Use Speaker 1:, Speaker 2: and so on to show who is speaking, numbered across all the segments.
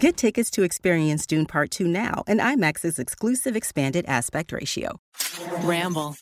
Speaker 1: Get tickets to experience Dune Part 2 now and IMAX's exclusive expanded aspect ratio.
Speaker 2: Ramble.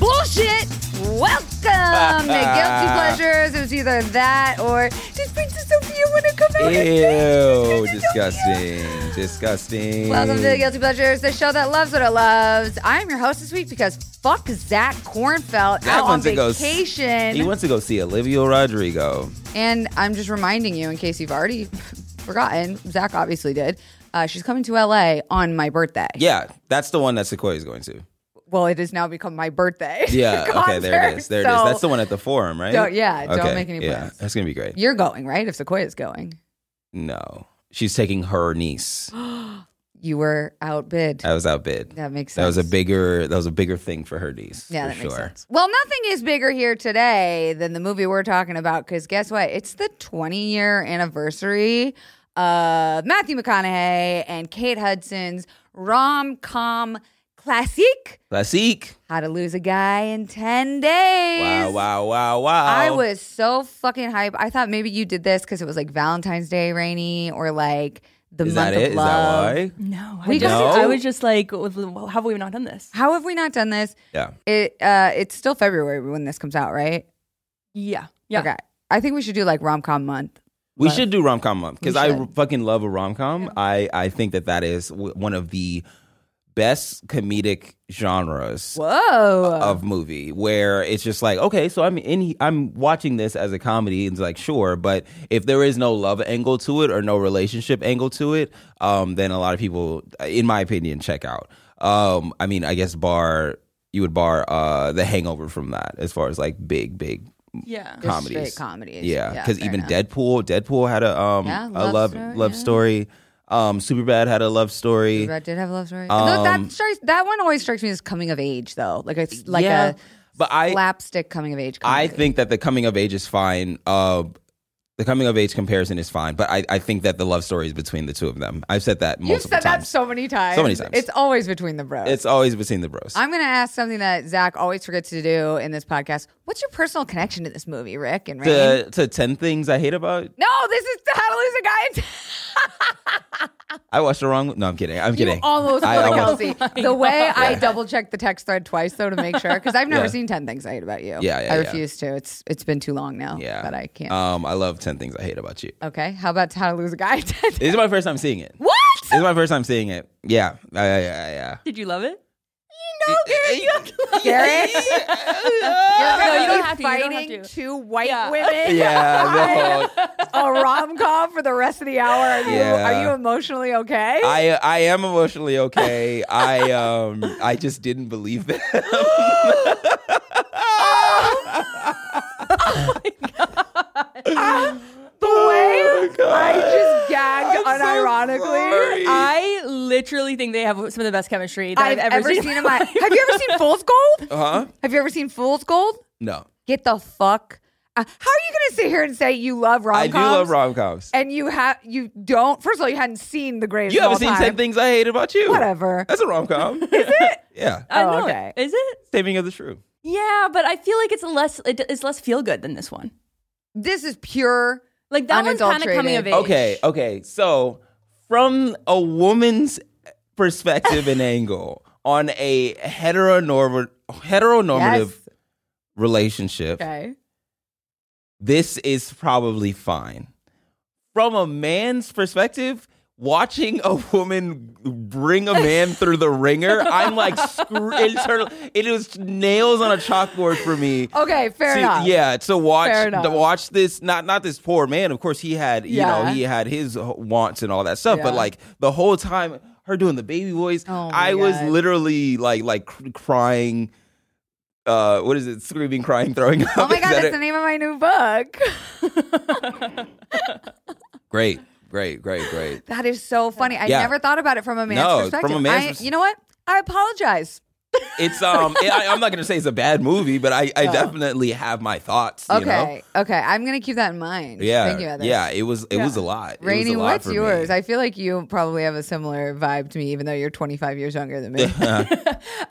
Speaker 2: Bullshit! Welcome to Guilty Pleasures. It was either that or did Princess Sophia want to come out? and sing?
Speaker 3: Ew,
Speaker 2: Princess Sophia.
Speaker 3: disgusting, disgusting.
Speaker 2: Welcome to the Guilty Pleasures, the show that loves what it loves. I'm your host this week because fuck Zach Kornfeld
Speaker 3: Zach
Speaker 2: out on
Speaker 3: wants to go s-
Speaker 2: vacation.
Speaker 3: He wants to go see Olivia Rodrigo.
Speaker 2: And I'm just reminding you, in case you've already forgotten, Zach obviously did. Uh, she's coming to LA on my birthday.
Speaker 3: Yeah, that's the one that Sequoia's going to.
Speaker 2: Well, it has now become my birthday.
Speaker 3: Yeah, okay, there it is. There it is.
Speaker 2: concert,
Speaker 3: That's the
Speaker 2: so-
Speaker 3: one at the forum, right?
Speaker 2: Don't- yeah, don't
Speaker 3: Okay,
Speaker 2: make any
Speaker 3: Yeah,
Speaker 2: plans.
Speaker 3: that's gonna be great.
Speaker 2: You're going, right? If Sequoia's going,
Speaker 3: No, she's taking her niece.
Speaker 2: you were outbid.
Speaker 3: I was outbid.
Speaker 2: that makes sense.
Speaker 3: That was a bigger. That was a bigger thing for her niece.
Speaker 2: Yeah,
Speaker 3: for
Speaker 2: that makes
Speaker 3: sure.
Speaker 2: sense. Well, nothing is bigger here today than the movie we're talking about because guess what? It's the 20 year anniversary of Matthew McConaughey and Kate Hudson's rom com classic,
Speaker 3: Classique.
Speaker 2: How to Lose a Guy in 10 Days.
Speaker 3: Wow, wow, wow, wow.
Speaker 2: I was so fucking hype. I thought maybe you did this because it was like Valentine's Day, rainy, or like the
Speaker 3: Is
Speaker 2: month
Speaker 3: that
Speaker 2: of
Speaker 3: it? Is
Speaker 2: love.
Speaker 3: that why?
Speaker 4: No, I,
Speaker 2: We
Speaker 4: just,
Speaker 3: got-
Speaker 4: I was just like, "Well, have we not done this?
Speaker 2: How have we not done this?
Speaker 3: Yeah.
Speaker 2: It uh, it's still February when this comes out, right?
Speaker 4: Yeah, yeah.
Speaker 2: Okay. I think we should do like rom com month.
Speaker 3: We
Speaker 4: Love.
Speaker 3: should do rom com month because
Speaker 4: We
Speaker 3: I
Speaker 4: should.
Speaker 3: r- fucking love a rom com. I I think that that is w- one of the best comedic genres
Speaker 2: Whoa.
Speaker 3: of movie where it's just like okay, so I'm in I'm watching this as a comedy and it's like sure, but if there is no love angle to it or no relationship angle to it, um, then a lot of people, in my opinion, check out. Um, I mean, I guess bar you would bar uh the Hangover from that as far as like big big
Speaker 4: Yeah.
Speaker 2: Just
Speaker 3: comedies.
Speaker 2: straight comedies.
Speaker 3: Yeah, because
Speaker 2: fair
Speaker 3: even
Speaker 2: enough.
Speaker 3: Deadpool, Deadpool had a um
Speaker 2: Yeah,
Speaker 3: a
Speaker 2: love
Speaker 3: love
Speaker 2: story,
Speaker 3: love
Speaker 2: yeah.
Speaker 3: story. Um, Superbad had a love story.
Speaker 2: Red did have a love story.
Speaker 3: Um,
Speaker 2: Though that strikes, that one always strikes me as coming of age, though. Like it's like
Speaker 3: yeah, but
Speaker 2: a
Speaker 3: I
Speaker 2: slapstick coming of age.
Speaker 3: I
Speaker 2: Comedy.
Speaker 3: think that the coming of age is fine. Uh, the coming of age comparison is fine, but I, I think that the love story is between the two of them. I've said that multiple
Speaker 2: you've said that
Speaker 3: times.
Speaker 2: so many times.
Speaker 3: So many times.
Speaker 2: It's always between the bros.
Speaker 3: it's always between the bros.
Speaker 2: I'm going to ask something that Zach always forgets to do in this podcast. What's your personal connection to this movie, Rick and Rain?
Speaker 3: to, to ten things I hate about.
Speaker 2: no, this is How to Lose a Guy. in Ten-
Speaker 3: I watched the wrong. No, I'm kidding. I'm
Speaker 2: You
Speaker 3: kidding.
Speaker 2: almost
Speaker 3: I
Speaker 2: pulled a
Speaker 3: almost-
Speaker 2: Kelsey. the way I double checked the text thread twice though to make sure, because I've never
Speaker 3: Yeah.
Speaker 2: seen Ten Things I Hate About You.
Speaker 3: Yeah, yeah,
Speaker 2: I
Speaker 3: yeah.
Speaker 2: refuse to. It's it's been too long now.
Speaker 3: yeah,
Speaker 2: that I can't.
Speaker 3: Um, I love ten things I hate about you.
Speaker 2: okay, how about How to Lose a Guy? in 10
Speaker 3: This is my first time seeing it.
Speaker 2: what?
Speaker 3: This is my first time seeing it. Yeah, yeah, yeah, yeah. yeah.
Speaker 4: Did you love it?
Speaker 2: Garrett,
Speaker 4: No, you don't have to. You
Speaker 2: fighting
Speaker 4: don't have to.
Speaker 2: two white
Speaker 4: Yeah.
Speaker 2: women,
Speaker 3: Yeah, no.
Speaker 2: a rom com for the rest of the hour. Are you,
Speaker 3: Yeah.
Speaker 2: are you emotionally okay?
Speaker 3: I I am emotionally okay. I um I just didn't believe them.
Speaker 2: Oh the way
Speaker 3: Oh God.
Speaker 2: I just gagged
Speaker 3: I'm so
Speaker 2: unironically.
Speaker 3: sorry.
Speaker 4: I literally think they have some of the best chemistry that
Speaker 2: I've,
Speaker 4: I've,
Speaker 2: ever, seen, in my.
Speaker 4: life.
Speaker 2: Have you ever seen Fool's Gold?
Speaker 3: Huh?
Speaker 2: Have you ever seen Fool's Gold?
Speaker 3: Uh-huh. No.
Speaker 2: Get the fuck. Uh, how are you going to sit here and say you love rom
Speaker 3: I do
Speaker 2: coms?
Speaker 3: love rom coms.
Speaker 2: And you have you don't. First of all, you hadn't seen the greatest.
Speaker 3: You
Speaker 2: of
Speaker 3: haven't
Speaker 2: all
Speaker 3: seen
Speaker 2: time.
Speaker 3: Ten Things I Hate About You.
Speaker 2: Whatever.
Speaker 3: That's a rom com. Is it? Yeah.
Speaker 4: I know
Speaker 2: Oh, okay.
Speaker 4: it. Is it?
Speaker 3: Saving of the Shrew.
Speaker 4: Yeah, but I feel like it's less. It, it's less feel good than this one.
Speaker 2: This is pure.
Speaker 4: Like that one's kind of
Speaker 2: Unadulterated.
Speaker 4: coming of age.
Speaker 3: Okay, okay. So from a woman's perspective and angle on a heteronormative heteronormative
Speaker 2: Yes.
Speaker 3: relationship,
Speaker 2: Okay.
Speaker 3: this is probably fine. From a man's perspective, watching a woman bring a man through the ringer, I'm like, screw, internal, it was nails on a chalkboard for me.
Speaker 2: Okay. Fair
Speaker 3: to-
Speaker 2: enough.
Speaker 3: Yeah, to watch
Speaker 2: Fair
Speaker 3: to
Speaker 2: enough.
Speaker 3: watch this not not this poor man. Of course, he had you
Speaker 2: Yeah.
Speaker 3: know he had his wants and all that stuff. But
Speaker 2: Yeah.
Speaker 3: like the whole time, her doing the baby voice,
Speaker 2: Oh my
Speaker 3: I was
Speaker 2: God.
Speaker 3: literally like like cr- crying. Uh, what is it? Screaming, crying, throwing up.
Speaker 2: Oh my
Speaker 3: Is
Speaker 2: god,
Speaker 3: that
Speaker 2: that's
Speaker 3: it?
Speaker 2: the name of my new book.
Speaker 3: Great. great, great, great.
Speaker 2: That is so funny. I
Speaker 3: Yeah.
Speaker 2: never thought about it from a man's
Speaker 3: No, from a
Speaker 2: perspective.
Speaker 3: man's
Speaker 2: I,
Speaker 3: pers-
Speaker 2: you know what? I apologize.
Speaker 3: It's um, I, I'm not gonna say it's a bad movie, but I, I definitely have my thoughts. You know?
Speaker 2: Okay. Okay. I'm gonna keep that in mind.
Speaker 3: Yeah.
Speaker 2: Thinking about this.
Speaker 3: Yeah. It was. It was a lot. It was a
Speaker 2: Rainey,
Speaker 3: lot
Speaker 2: what's
Speaker 3: for me.
Speaker 2: yours? I feel like you probably have a similar vibe to me, even though you're 25 years younger than me.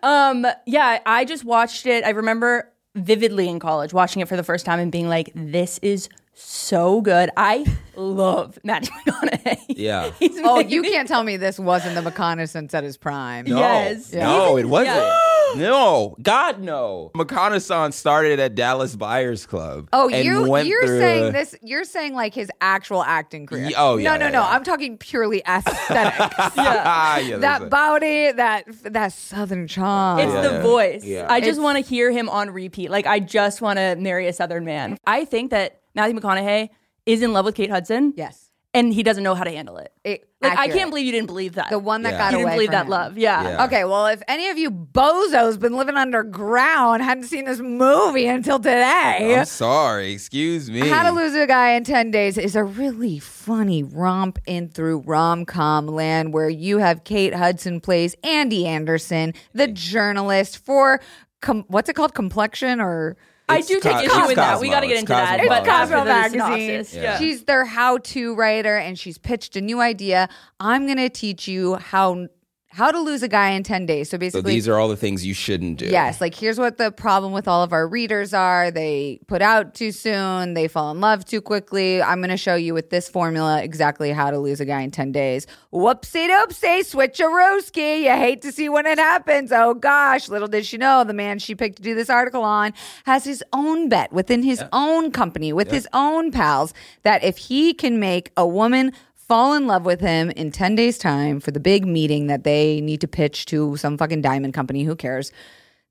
Speaker 4: Um, yeah, I just watched it. I remember vividly in college watching it for the first time and being like, "This is so good." I love Matthew McConaughey.
Speaker 3: Yeah.
Speaker 4: He's
Speaker 2: oh,
Speaker 4: amazing.
Speaker 2: you can't tell me this wasn't the reconnaissance at his prime.
Speaker 3: No,
Speaker 4: Yes.
Speaker 3: Oh, No, it wasn't.
Speaker 4: Yeah.
Speaker 3: No, God, no. McConaughey started at Dallas Buyers Club.
Speaker 2: Oh,
Speaker 3: and
Speaker 2: you
Speaker 3: went
Speaker 2: you're
Speaker 3: through
Speaker 2: saying
Speaker 3: a-
Speaker 2: this you're saying like his actual acting career.
Speaker 3: Ye- oh, yeah,
Speaker 2: No, no,
Speaker 3: yeah,
Speaker 2: no.
Speaker 3: yeah.
Speaker 2: I'm talking purely aesthetics.
Speaker 3: Ah, yeah, that's
Speaker 2: that
Speaker 3: it.
Speaker 2: body, that that southern charm.
Speaker 4: It's
Speaker 3: Yeah,
Speaker 4: the
Speaker 3: yeah.
Speaker 4: voice.
Speaker 3: Yeah.
Speaker 4: I just want to hear him on repeat. Like I just want to marry a Southern man. I think that Matthew McConaughey is in love with Kate Hudson.
Speaker 2: yes.
Speaker 4: and he doesn't know how to handle it.
Speaker 2: It-
Speaker 4: like I
Speaker 2: accurate.
Speaker 4: can't believe you didn't believe that.
Speaker 2: the one that
Speaker 3: Yeah.
Speaker 2: got
Speaker 4: you
Speaker 2: away
Speaker 4: didn't believe
Speaker 2: from
Speaker 4: that
Speaker 2: him.
Speaker 4: love. Yeah.
Speaker 3: Yeah.
Speaker 2: Okay, well, if any of you bozos been living underground, hadn't seen this movie until today,
Speaker 3: I'm sorry. Excuse me.
Speaker 2: How to Lose a Guy in 10 Days is a really funny romp in through rom com land where you have Kate Hudson plays Andy Anderson, the journalist for. Com- what's it called? Complexion or.
Speaker 4: I
Speaker 3: It's
Speaker 4: do take
Speaker 3: Cos-
Speaker 4: issue
Speaker 3: it's
Speaker 4: with that. We
Speaker 3: Cosmo.
Speaker 4: got to get
Speaker 3: It's
Speaker 4: into that.
Speaker 3: Cosmo.
Speaker 4: But
Speaker 3: It's
Speaker 4: after
Speaker 2: Cosmo
Speaker 4: the
Speaker 2: magazine.
Speaker 4: synopsis, Yeah.
Speaker 2: She's their how-to writer, and she's pitched a new idea. I'm gonna teach you how how to lose a guy in ten days. So
Speaker 3: so
Speaker 2: basically,
Speaker 3: these are all the things you shouldn't do.
Speaker 2: Yes, like here's what the problem with all of our readers are. They put out too soon, they fall in love too quickly. I'm going to show you with this formula exactly how to lose a guy in 10 days. Whoopsie doopsie, switcherooski. You hate to see when it happens. Oh gosh, little did she know the man she picked to do this article on has his own bet within his own company, with his own pals, that if he can make a woman fall in love with him in 10 days time for the big meeting that they need to pitch to some fucking diamond company who cares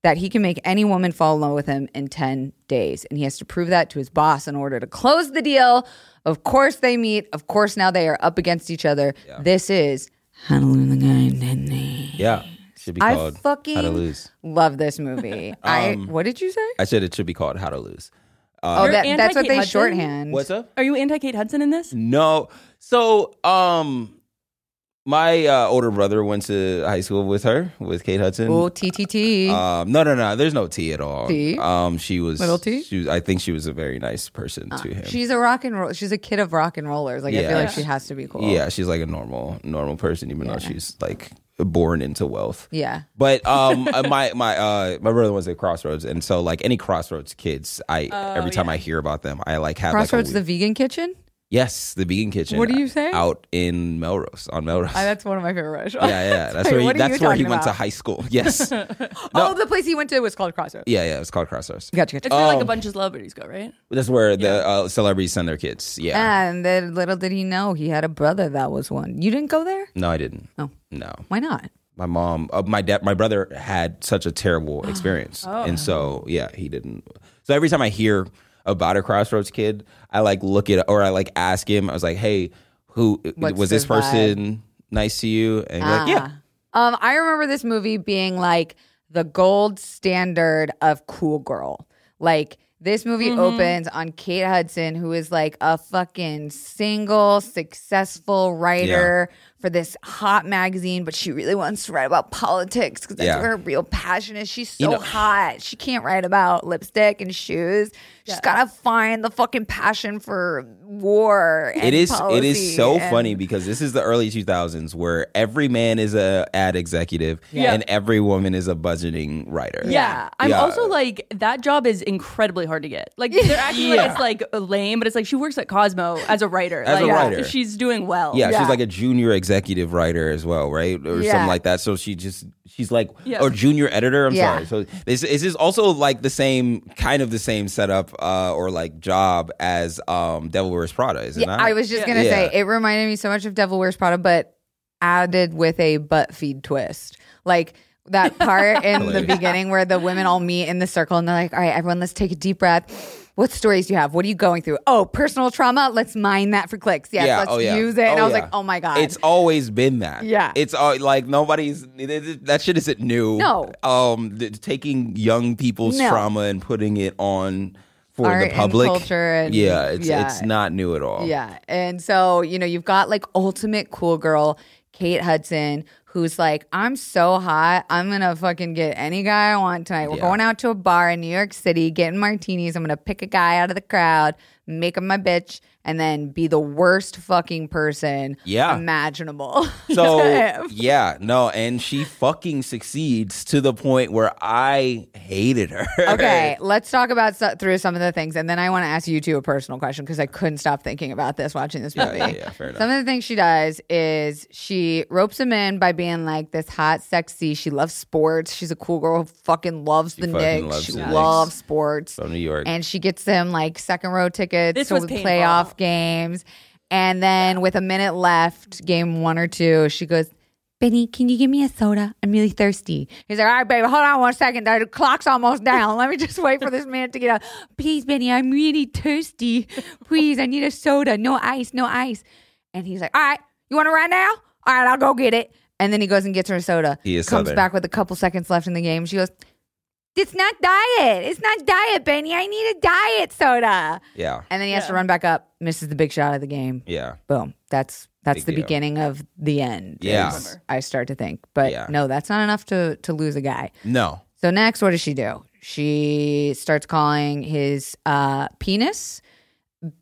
Speaker 2: that he can make any woman fall in love with him in 10 days. And he has to prove that to his boss in order to close the deal. Of course they meet. Of course now they are up against each other. This is How to Lose a Guy in 10 Days.
Speaker 3: Yeah. Should be
Speaker 2: I
Speaker 3: called
Speaker 2: fucking
Speaker 3: How to Lose. Um, uh,
Speaker 2: love this movie. I what did you say?
Speaker 3: I said it should be called How to Lose.
Speaker 2: Oh,
Speaker 4: You're
Speaker 2: that, that's what
Speaker 4: anti-Kate
Speaker 2: they
Speaker 4: Hudson?
Speaker 2: shorthand.
Speaker 3: What's up?
Speaker 4: Are you anti Kate Hudson in this?
Speaker 3: No. So, um, my uh, older brother went to high school with her, with Kate Hudson.
Speaker 2: Oh, TTT.
Speaker 3: Um, no, no, no. There's no T at all.
Speaker 2: T?
Speaker 3: Um, she was
Speaker 2: Little T? Ah,
Speaker 3: She was, I think she was a very nice person to him.
Speaker 2: she's a rock and roll. She's a kid of rock and rollers. Like I feel
Speaker 3: Yeah.
Speaker 2: like she has to be cool.
Speaker 3: Yeah, she's like a normal, normal person, even though she's like born into wealth.
Speaker 2: Yeah.
Speaker 3: But um, uh, my my uh, my brother was at Crossroads, and so like any Crossroads kids, I every time I hear about them, I like have
Speaker 2: Oh, Crossroads
Speaker 3: Like a
Speaker 2: the Vegan Kitchen?
Speaker 3: yes, the vegan kitchen.
Speaker 2: What do you say?
Speaker 3: Out in Melrose on Melrose.
Speaker 2: Ah, that's one of my favorite restaurants.
Speaker 3: yeah, yeah. That's
Speaker 2: Wait,
Speaker 3: where he,
Speaker 2: what are
Speaker 3: that's
Speaker 2: you
Speaker 3: where he
Speaker 2: talking
Speaker 3: went to
Speaker 2: about?
Speaker 3: high school. Yes. yeah,
Speaker 2: Oh, the place he went to was called Crossroads.
Speaker 3: yeah. It's called Crossroads.
Speaker 2: Gotcha,
Speaker 4: It's
Speaker 2: gotcha.
Speaker 4: where like
Speaker 3: Um,
Speaker 4: a bunch of celebrities go, right?
Speaker 3: That's where the uh, celebrities send their kids.
Speaker 2: Oh.
Speaker 3: Yeah.
Speaker 2: And then little did he know he had a brother that was one. You didn't go there?
Speaker 3: No, I didn't.
Speaker 2: Oh.
Speaker 3: No.
Speaker 2: Why not?
Speaker 3: my mom, uh, my dad, my brother had such a terrible experience,
Speaker 2: Oh.
Speaker 3: and so yeah, he didn't. So every time I hear about a Crossroads kid, I like look at or I like ask him. I was like, "Hey, who
Speaker 2: What's
Speaker 3: was this
Speaker 2: the vibe?
Speaker 3: person nice to you?" And he's like, yeah,
Speaker 2: Um, I remember this movie being like the gold standard of cool girl. Like this movie
Speaker 3: Mm-hmm.
Speaker 2: opens on Kate Hudson, who is like a fucking single, successful writer for this hot magazine, but she really wants to write about politics because that's
Speaker 3: Yeah.
Speaker 2: where her real passion is. She's so
Speaker 3: know-
Speaker 2: hot. She can't write about lipstick and shoes. She's gotta find the fucking passion for war. And
Speaker 3: it is it
Speaker 2: policy
Speaker 3: is so
Speaker 2: and-
Speaker 3: funny because this is the early 2000s where every man is a ad executive
Speaker 4: Yeah.
Speaker 3: and every woman is a budgeting writer.
Speaker 4: Yeah. I'm
Speaker 3: Yeah.
Speaker 4: also like that job is incredibly hard to get. Like they're acting like it's like lame, but it's like she works at Cosmo as a writer.
Speaker 3: As a
Speaker 4: like
Speaker 3: writer.
Speaker 4: she's doing well.
Speaker 3: Yeah,
Speaker 2: Oh, Yeah.
Speaker 3: she's like a junior executive writer as well, right, or
Speaker 2: Yeah.
Speaker 3: something like that. So she just she's like,
Speaker 4: Yeah.
Speaker 3: or junior editor. I'm
Speaker 2: Yeah.
Speaker 3: sorry. So this, this is also like the same kind of the same setup uh, or like job as um, Devil Wears Prada, is it
Speaker 2: Yeah,
Speaker 3: not?
Speaker 2: I was just
Speaker 4: Yeah.
Speaker 2: gonna say
Speaker 3: Yeah.
Speaker 2: it reminded me so much of Devil Wears Prada, but added with a butt feed twist. Like that part in the
Speaker 3: Hilarious.
Speaker 2: beginning where the women all meet in the circle and they're like, "All right, everyone, let's take a deep breath." What stories do you have? What are you going through? Oh, personal trauma. Let's mine that for clicks. Yes, let's
Speaker 3: oh,
Speaker 2: use it. and I
Speaker 3: Oh,
Speaker 2: was
Speaker 3: yeah.
Speaker 2: like, "Oh my god!"
Speaker 3: It's always been that.
Speaker 2: Yeah.
Speaker 3: It's all like nobody's that shit isn't new.
Speaker 2: No.
Speaker 3: Um, th- taking young people's
Speaker 2: No.
Speaker 3: trauma and putting it on for
Speaker 2: Art
Speaker 3: the
Speaker 2: and
Speaker 3: public.
Speaker 2: culture and-
Speaker 3: yeah, it's
Speaker 2: yeah.
Speaker 3: it's not new at all.
Speaker 2: Yeah. And so, you know, you've got like ultimate cool girl, Kate Hudson, who's like, I'm so hot. I'm going to fucking get any guy I want tonight. We're
Speaker 3: Yeah.
Speaker 2: going out to a bar in New York City, getting martinis. I'm going to pick a guy out of the crowd, make him my bitch, and then be the worst fucking person
Speaker 3: Yeah.
Speaker 2: imaginable.
Speaker 3: So yeah, no, and she fucking succeeds to the point where I hated her.
Speaker 2: Okay, let's talk about so- through some of the things, and then I want to ask you two a personal question because I couldn't stop thinking about this watching this movie.
Speaker 3: yeah, yeah, fair enough.
Speaker 2: Some of the things she does is she ropes him in by being like this hot, sexy. She loves sports. She's a cool girl. Who fucking loves the
Speaker 3: fucking
Speaker 2: Knicks.
Speaker 3: loves
Speaker 2: she
Speaker 3: the Knicks.
Speaker 2: loves sports.
Speaker 3: From New York.
Speaker 2: And she gets them like second row tickets
Speaker 4: This
Speaker 2: to
Speaker 4: was painful.
Speaker 2: playoff games. And then with a minute left, game one or two, she goes, Benny, can you give me a soda? I'm really thirsty. He's like, all right, baby, hold on one second. The clock's almost down. Let me just wait for this minute to get up. Please, Benny, I'm really thirsty. Please, I need a soda. No ice, no ice. And he's like, all right, you want it right now? All right, I'll go get it. And then he goes and gets her a soda.
Speaker 3: He is
Speaker 2: Comes
Speaker 3: Southern.
Speaker 2: back with a couple seconds left in the game. She goes, it's not diet. It's not diet, Benny. I need a diet soda.
Speaker 3: yeah,
Speaker 2: And then he has to run back up, misses the big shot of the game.
Speaker 3: yeah.
Speaker 2: Boom. That's that's
Speaker 3: Big
Speaker 2: the
Speaker 3: deal.
Speaker 2: beginning of the end.
Speaker 3: Yeah.
Speaker 2: is I start to think. But
Speaker 3: Yeah.
Speaker 2: no, that's not enough to to lose a guy.
Speaker 3: No.
Speaker 2: So next, what does she do? She starts calling his uh penis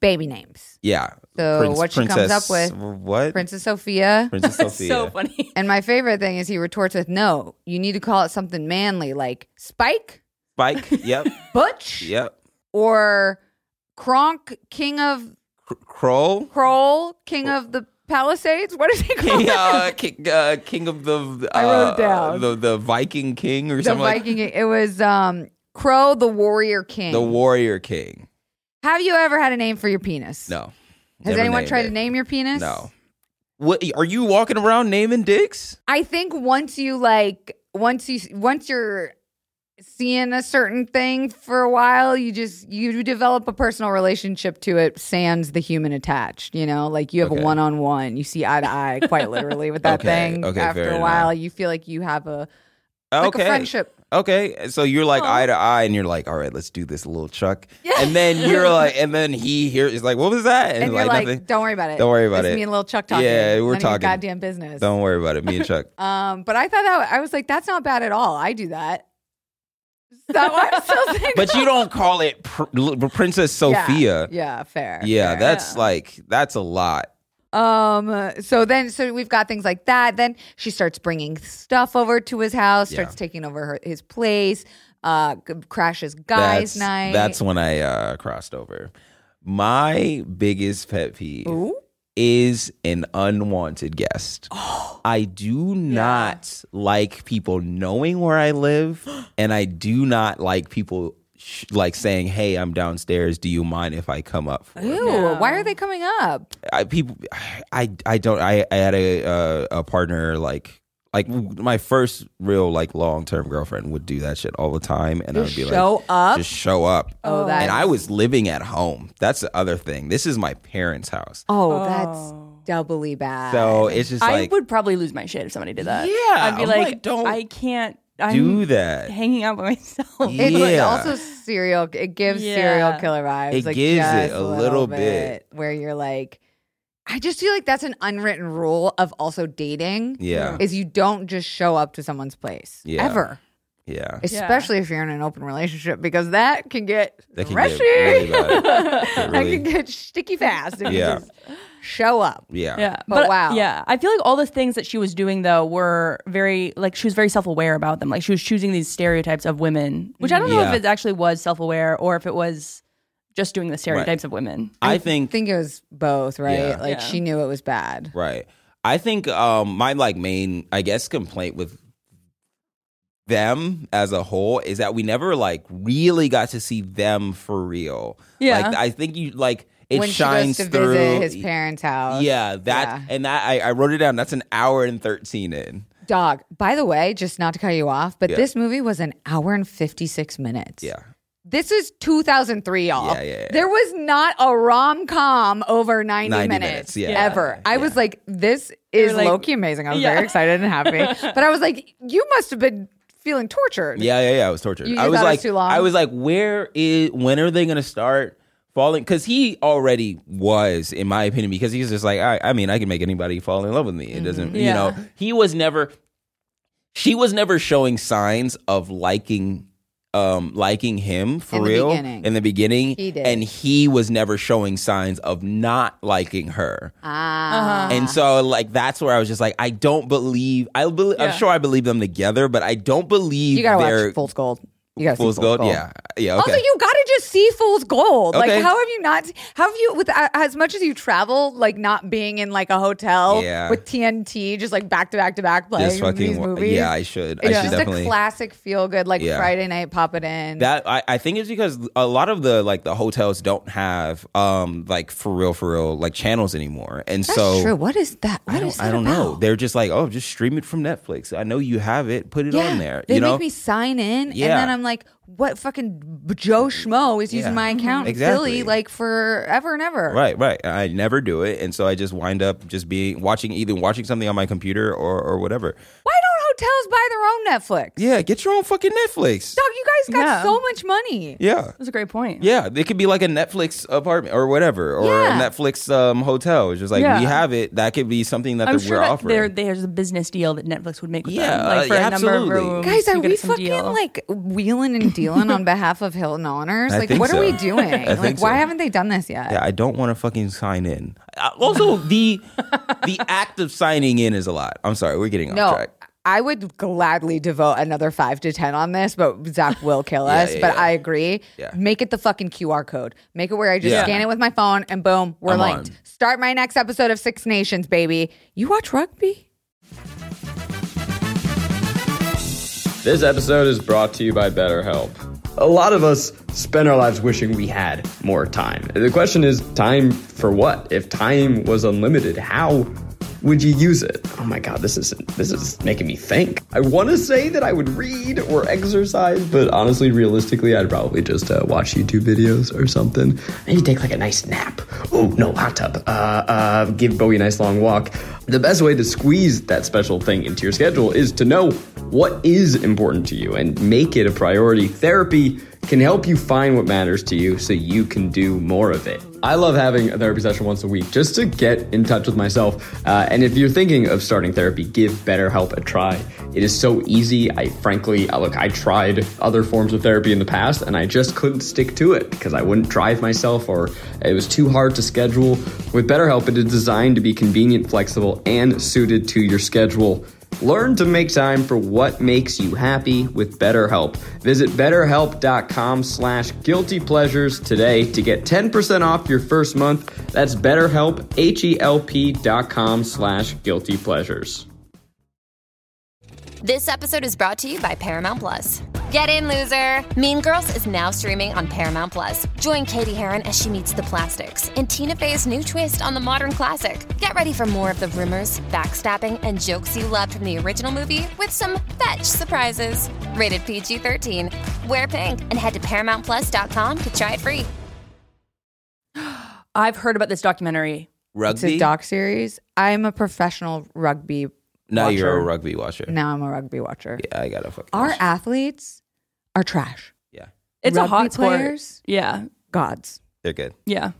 Speaker 2: baby names.
Speaker 3: Yeah.
Speaker 2: So what she comes up with-
Speaker 3: What?
Speaker 2: Princess Sophia.
Speaker 3: Princess Sophia.
Speaker 4: so funny.
Speaker 2: and my favorite thing is he retorts with, No, you need to call it something manly like Spike,
Speaker 3: Spike. Yep.
Speaker 2: Butch,
Speaker 3: Yep.
Speaker 2: or Kronk, King of
Speaker 3: Cr- Kroll.
Speaker 2: Kroll, King of the Palisades. What is he called?
Speaker 3: King, uh, king, uh, king of the uh,
Speaker 2: I wrote it down.
Speaker 3: the the Viking king or
Speaker 2: the
Speaker 3: something like
Speaker 2: Viking. It was um, Crow, the Warrior King.
Speaker 3: the warrior king.
Speaker 2: Have you ever had a name for your penis?
Speaker 3: No,
Speaker 2: Has
Speaker 3: Never
Speaker 2: anyone
Speaker 3: named
Speaker 2: tried
Speaker 3: it.
Speaker 2: to name your penis?
Speaker 3: No, what are you walking around naming dicks?
Speaker 2: I think once you like, once you once you're seeing a certain thing for a while, you just you develop a personal relationship to it. Sans the human attached, you know, like you have
Speaker 3: Okay.
Speaker 2: a one on one. You see eye to eye, quite literally, with that
Speaker 3: Okay,
Speaker 2: thing.
Speaker 3: okay,
Speaker 2: After
Speaker 3: fair
Speaker 2: a while, you feel like you have a like
Speaker 3: okay,
Speaker 2: a friendship.
Speaker 3: okay. So you're like
Speaker 4: Aw.
Speaker 3: eye to eye, and you're like, all right, let's do this, little Chuck. And then you're like, and then he here is like, what was that?
Speaker 2: and you're like, don't worry about it.
Speaker 3: Don't worry about
Speaker 2: It's
Speaker 3: it.
Speaker 2: Me and little Chuck talking.
Speaker 3: Yeah,
Speaker 2: None
Speaker 3: we're
Speaker 2: of your
Speaker 3: talking.
Speaker 2: goddamn business.
Speaker 3: don't worry about it. Me and Chuck.
Speaker 2: Um, but I thought that I was like, that's not bad at all. I do that. Is that why I'm still single?
Speaker 3: but you don't call it pr- L- Princess
Speaker 2: Yeah,
Speaker 3: Sophia. Yeah,
Speaker 2: Yeah, fair. fair.
Speaker 3: that's like that's a lot.
Speaker 2: Um. So then, so we've got things like that. Then she starts bringing stuff over to his house. Starts
Speaker 3: Yeah.
Speaker 2: taking over her, his place. Uh, g- crashes guys'
Speaker 3: that's,
Speaker 2: night.
Speaker 3: That's when I uh, crossed over. My biggest pet peeve is an unwanted guest. I do not like people knowing where I live, and I do not like people sh- like saying, "Hey, I'm downstairs. Do you mind if I come up?" For a
Speaker 2: Ew, why are they coming up?
Speaker 3: I people I I don't I, I had a uh, a partner like like my first real like long term girlfriend would do that shit all the time and
Speaker 2: Just
Speaker 3: I would be
Speaker 2: show
Speaker 3: like
Speaker 2: up?
Speaker 3: just show up
Speaker 2: Oh, that.
Speaker 3: and I was living at home that's the other thing this is my parents house
Speaker 2: oh, that's doubly bad.
Speaker 3: so it's just
Speaker 4: I
Speaker 3: like
Speaker 4: would probably lose my shit if somebody did that.
Speaker 3: Yeah,
Speaker 4: I'd be
Speaker 3: I'm
Speaker 4: like,
Speaker 3: like, don't
Speaker 4: I can't I'm
Speaker 3: do that
Speaker 4: Hanging out by myself.
Speaker 2: It's like
Speaker 3: Yeah.
Speaker 2: also serial. It gives
Speaker 4: Yeah.
Speaker 2: serial killer vibes.
Speaker 3: It
Speaker 2: like
Speaker 3: gives it
Speaker 2: just
Speaker 3: a
Speaker 2: a
Speaker 3: little bit.
Speaker 2: where you're like, I just feel like that's an unwritten rule of also dating.
Speaker 3: Yeah.
Speaker 2: is you don't just show up to someone's place
Speaker 3: Yeah.
Speaker 2: ever,
Speaker 3: yeah
Speaker 2: especially if you're in an open relationship because that can get
Speaker 3: that can
Speaker 2: rushy.
Speaker 3: get really bad It
Speaker 2: that
Speaker 3: really-
Speaker 2: can get sticky fast. If
Speaker 3: Yeah.
Speaker 2: you just show up.
Speaker 3: yeah
Speaker 4: Yeah,
Speaker 2: But wow.
Speaker 4: Yeah, I feel like all the things that she was doing though were very like she was very self aware about them. Like she was choosing these stereotypes of women, which I don't know
Speaker 3: Yeah.
Speaker 4: if it actually was self aware or if it was just doing the stereotypes of women.
Speaker 3: I think
Speaker 2: I think it was both, right?
Speaker 3: Yeah.
Speaker 2: Like
Speaker 4: Yeah.
Speaker 2: she knew it was bad.
Speaker 3: Right. I think um my like main I guess complaint with them as a whole is that we never like really got to see them for real.
Speaker 4: Yeah.
Speaker 3: Like I think you like it
Speaker 2: when
Speaker 3: shines
Speaker 2: she goes to
Speaker 3: through
Speaker 2: visit his parents' house.
Speaker 3: Yeah, that
Speaker 2: Yeah.
Speaker 3: and that I, I wrote it down. That's an hour and thirteen in.
Speaker 2: Dog, by the way, just not to cut you off, but
Speaker 3: Yeah.
Speaker 2: this movie was an hour and 56 minutes.
Speaker 3: Yeah.
Speaker 2: This is 2003, y'all.
Speaker 3: Yeah, yeah, yeah.
Speaker 2: There was not a rom com over 90,
Speaker 3: 90 minutes,
Speaker 2: minutes,
Speaker 3: yeah.
Speaker 2: ever. I was like, this
Speaker 4: were
Speaker 2: is
Speaker 4: like-
Speaker 2: low key amazing. I was
Speaker 4: Yeah.
Speaker 2: very excited and happy. but I was like, you must have been feeling tortured.
Speaker 3: Yeah, yeah, yeah. I was tortured.
Speaker 2: You- you
Speaker 3: I was
Speaker 2: thought it was
Speaker 3: like,
Speaker 2: too long?
Speaker 3: I was like, where is? When are they gonna start falling? Because he already was, in my opinion, because he's just like, I, I mean, I can make anybody fall in love with me.
Speaker 2: Mm-hmm.
Speaker 3: It doesn't, you know. He was never. She was never showing signs of liking. Um, liking him for
Speaker 2: In the
Speaker 3: real
Speaker 2: beginning.
Speaker 3: in the beginning,
Speaker 2: He did.
Speaker 3: and he was never showing signs of not liking her.
Speaker 2: Ah.
Speaker 4: Uh-huh.
Speaker 3: And so like that's where I was just like, I don't believe I believe
Speaker 4: Yeah.
Speaker 3: I'm sure I believe them together, but I don't believe
Speaker 2: You gotta
Speaker 3: they're
Speaker 2: watch Fool's Gold. You gotta see
Speaker 3: Fool's Gold. Yeah. Yeah. Okay.
Speaker 2: Also, Oh, you gotta just see Fool's Gold.
Speaker 3: Okay.
Speaker 2: Like, how have you not? How have you, with a- as much as you travel, like not being in like a hotel
Speaker 3: Yeah.
Speaker 2: with TNT, just like back to back to back playing
Speaker 3: Just
Speaker 2: these
Speaker 3: wa-
Speaker 2: movies?
Speaker 3: Yeah, I should.
Speaker 2: It's
Speaker 3: I should
Speaker 2: just
Speaker 3: definitely.
Speaker 2: a classic feel good, like
Speaker 3: Yeah.
Speaker 2: Friday night, pop it in.
Speaker 3: that I, I think it's because a lot of the like the hotels don't have um like for real for real like channels anymore, and
Speaker 2: That's
Speaker 3: so
Speaker 2: true. What is that? What
Speaker 3: I
Speaker 2: is
Speaker 3: don't,
Speaker 2: that
Speaker 3: I don't know.
Speaker 2: about?
Speaker 3: They're just like, oh, just stream it from Netflix. I know you have it. Put it on there.
Speaker 2: They
Speaker 3: you know?
Speaker 2: make me sign in,
Speaker 3: Yeah.
Speaker 2: and then I'm like, "What fucking b- Joe Schmo is using
Speaker 3: Yeah. Mm-hmm.
Speaker 2: my account in
Speaker 3: Exactly.
Speaker 2: Philly like forever and ever?"
Speaker 3: Right, right. I never do it, and so I just wind up just being watching either watching something on my computer or or whatever.
Speaker 2: Why don't hotels buy their own Netflix?
Speaker 3: Yeah, get your own fucking Netflix.
Speaker 2: Dog, you guys got
Speaker 4: Yeah.
Speaker 2: so much money.
Speaker 3: Yeah.
Speaker 4: That's a great point.
Speaker 3: Yeah, it could be like a Netflix apartment or whatever, or
Speaker 2: Yeah.
Speaker 3: a Netflix um, hotel. It's just like
Speaker 4: Yeah.
Speaker 3: we have it. That could be something that
Speaker 4: I'm
Speaker 3: we're
Speaker 4: sure that there,
Speaker 3: offering.
Speaker 4: there's a business deal that Netflix would make with
Speaker 3: Yeah,
Speaker 4: them, like
Speaker 3: uh,
Speaker 4: for
Speaker 3: yeah,
Speaker 4: a number of
Speaker 3: absolutely.
Speaker 4: rooms.
Speaker 2: Guys,
Speaker 4: you
Speaker 2: are
Speaker 4: get
Speaker 2: we
Speaker 4: some
Speaker 2: fucking
Speaker 4: deal.
Speaker 2: like wheeling and dealing on behalf of Hilton Honors?
Speaker 3: I
Speaker 2: Like,
Speaker 3: think
Speaker 2: what
Speaker 3: so.
Speaker 2: are we doing?
Speaker 3: I
Speaker 2: like,
Speaker 3: think so.
Speaker 2: why haven't they done this yet?
Speaker 3: Yeah, I don't want to fucking sign in. Uh, Also, the the act of signing in is a lot. I'm sorry, we're getting
Speaker 2: No,
Speaker 3: off track.
Speaker 2: I would gladly devote another five to ten on this, but Zach will kill us.
Speaker 3: yeah,
Speaker 2: but
Speaker 3: yeah.
Speaker 2: I agree.
Speaker 3: Yeah.
Speaker 2: Make it the fucking QR code. Make it where I just
Speaker 3: Yeah.
Speaker 2: scan it with my phone and boom, we're
Speaker 3: I'm
Speaker 2: linked.
Speaker 3: on.
Speaker 2: Start my next episode of Six Nations, baby. You watch rugby?
Speaker 5: This episode is brought to you by BetterHelp. A lot of us spend our lives wishing we had more time. The question is time for what? If time was unlimited, how would you use it? Oh my god, this is this is making me think. I want to say that I would read or exercise, but honestly, realistically, I'd probably just uh, watch YouTube videos or something. Maybe take like a nice nap. Oh no, hot tub. Uh, uh, give Bowie a nice long walk. The best way to squeeze that special thing into your schedule is to know what is important to you and make it a priority. Therapy can help you find what matters to you so you can do more of it. I love having a therapy session once a week just to get in touch with myself. Uh, and if you're thinking of starting therapy, give BetterHelp a try. It is so easy. I frankly, uh, look, I tried other forms of therapy in the past and I just couldn't stick to it because I wouldn't drive myself or it was too hard to schedule. With BetterHelp, it is designed to be convenient, flexible, and suited to your schedule. Learn to make time for what makes you happy with BetterHelp. Visit betterhelp.com slash guilty pleasures today to get 10% off your first month. That's betterhelp, H-E-L-P dot com slash guilty pleasures.
Speaker 6: This episode is brought to you by Paramount Plus. Get in, loser! Mean Girls is now streaming on Paramount Plus. Join Katie Heron as she meets the plastics and Tina Fey's new twist on the modern classic. Get ready for more of the rumors, backstabbing, and jokes you loved from the original movie with some fetch surprises. Rated PG 13. Wear pink and head to ParamountPlus.com to try it free.
Speaker 4: I've heard about this documentary.
Speaker 2: It's a
Speaker 3: Rugby?
Speaker 2: doc series. I'm a professional rugby.
Speaker 3: now
Speaker 2: watcher.
Speaker 3: you're a rugby watcher.
Speaker 2: Now I'm a rugby watcher.
Speaker 3: Yeah, I gotta fucking.
Speaker 2: Our
Speaker 3: watch.
Speaker 2: athletes are trash.
Speaker 3: yeah,
Speaker 4: It's a
Speaker 2: Rugby
Speaker 4: hot sport.
Speaker 2: players?
Speaker 4: Yeah,
Speaker 2: Gods.
Speaker 3: they're good.
Speaker 4: yeah.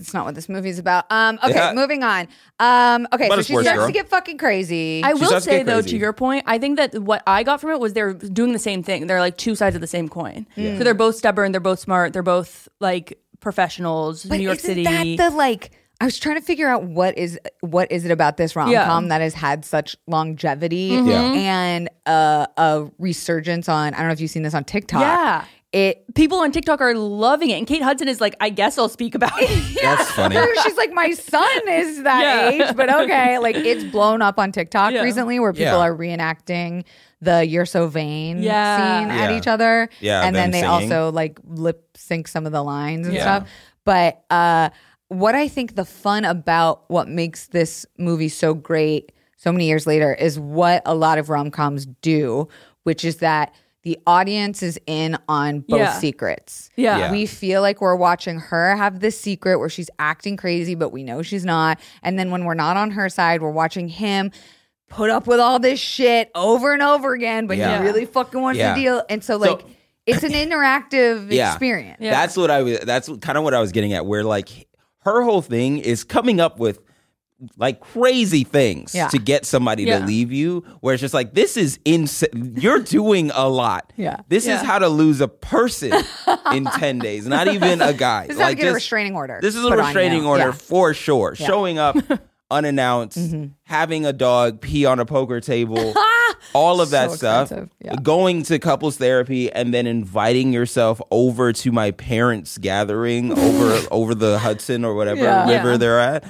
Speaker 2: It's not what this movie's about. Um, okay,
Speaker 3: Yeah.
Speaker 2: moving on. Um, okay,
Speaker 3: But
Speaker 2: so
Speaker 3: it's
Speaker 2: she
Speaker 3: worth
Speaker 2: starts
Speaker 3: it.
Speaker 2: to get fucking crazy.
Speaker 4: I
Speaker 3: She
Speaker 4: will
Speaker 3: starts to
Speaker 4: say
Speaker 3: get
Speaker 4: though,
Speaker 3: crazy.
Speaker 4: to your point, I think that what I got from it was they're doing the same thing. They're like two sides of the same coin. So they're both stubborn. They're both smart. They're both like professionals.
Speaker 2: but
Speaker 4: New York
Speaker 2: isn't
Speaker 4: City.
Speaker 2: that the like? I was trying to figure out what is what is it about this rom com that has had such longevity
Speaker 3: Mm-hmm. Yeah.
Speaker 2: and uh, a resurgence on. I don't know if you've seen this on TikTok.
Speaker 4: Yeah.
Speaker 2: it.
Speaker 4: People on TikTok are loving it, and Kate Hudson is like, I guess I'll speak about it.
Speaker 3: That's funny.
Speaker 2: She's like, my son is that
Speaker 4: Yeah.
Speaker 2: age, but okay. Like, it's blown up on TikTok
Speaker 4: Yeah.
Speaker 2: recently where people
Speaker 3: Yeah.
Speaker 2: are reenacting the "You're So Vain"
Speaker 4: Yeah.
Speaker 2: scene at
Speaker 3: Yeah.
Speaker 2: each other,
Speaker 3: Yeah,
Speaker 2: and then
Speaker 3: them
Speaker 2: they
Speaker 3: singing.
Speaker 2: also like lip sync some of the lines and
Speaker 3: Yeah.
Speaker 2: stuff. But uh, what I think the fun about what makes this movie so great so many years later is what a lot of rom coms do, which is that the audience is in on both
Speaker 4: Yeah.
Speaker 2: secrets.
Speaker 4: Yeah.
Speaker 3: Yeah.
Speaker 2: We feel like we're watching her have this secret where she's acting crazy, but we know she's not. And then when we're not on her side, we're watching him put up with all this shit over and over again, but
Speaker 3: Yeah.
Speaker 2: he really fucking wanted
Speaker 3: Yeah.
Speaker 2: to deal. And so,
Speaker 3: So-
Speaker 2: like, it's an interactive experience.
Speaker 3: That's what I was. That's kind of what I was getting at. Where like her whole thing is coming up with like crazy things
Speaker 2: Yeah.
Speaker 3: to get somebody
Speaker 4: Yeah.
Speaker 3: to leave you. Where it's just like this is insane. You're doing a lot.
Speaker 2: Yeah.
Speaker 3: This
Speaker 4: Yeah.
Speaker 3: is how to lose a person in ten days. Not even a guy.
Speaker 2: This is how to get a restraining order.
Speaker 3: This is a
Speaker 2: put on you.
Speaker 3: restraining order
Speaker 2: Yeah. Mm-hmm.
Speaker 3: for sure. Showing up unannounced, having a dog pee on a poker table, all of that
Speaker 2: So
Speaker 3: stuff.
Speaker 2: expensive, yeah.
Speaker 3: Going to couples therapy and then inviting yourself over to my parents' gathering over over the Hudson or whatever
Speaker 2: Yeah.
Speaker 3: river
Speaker 4: Yeah.
Speaker 3: they're at.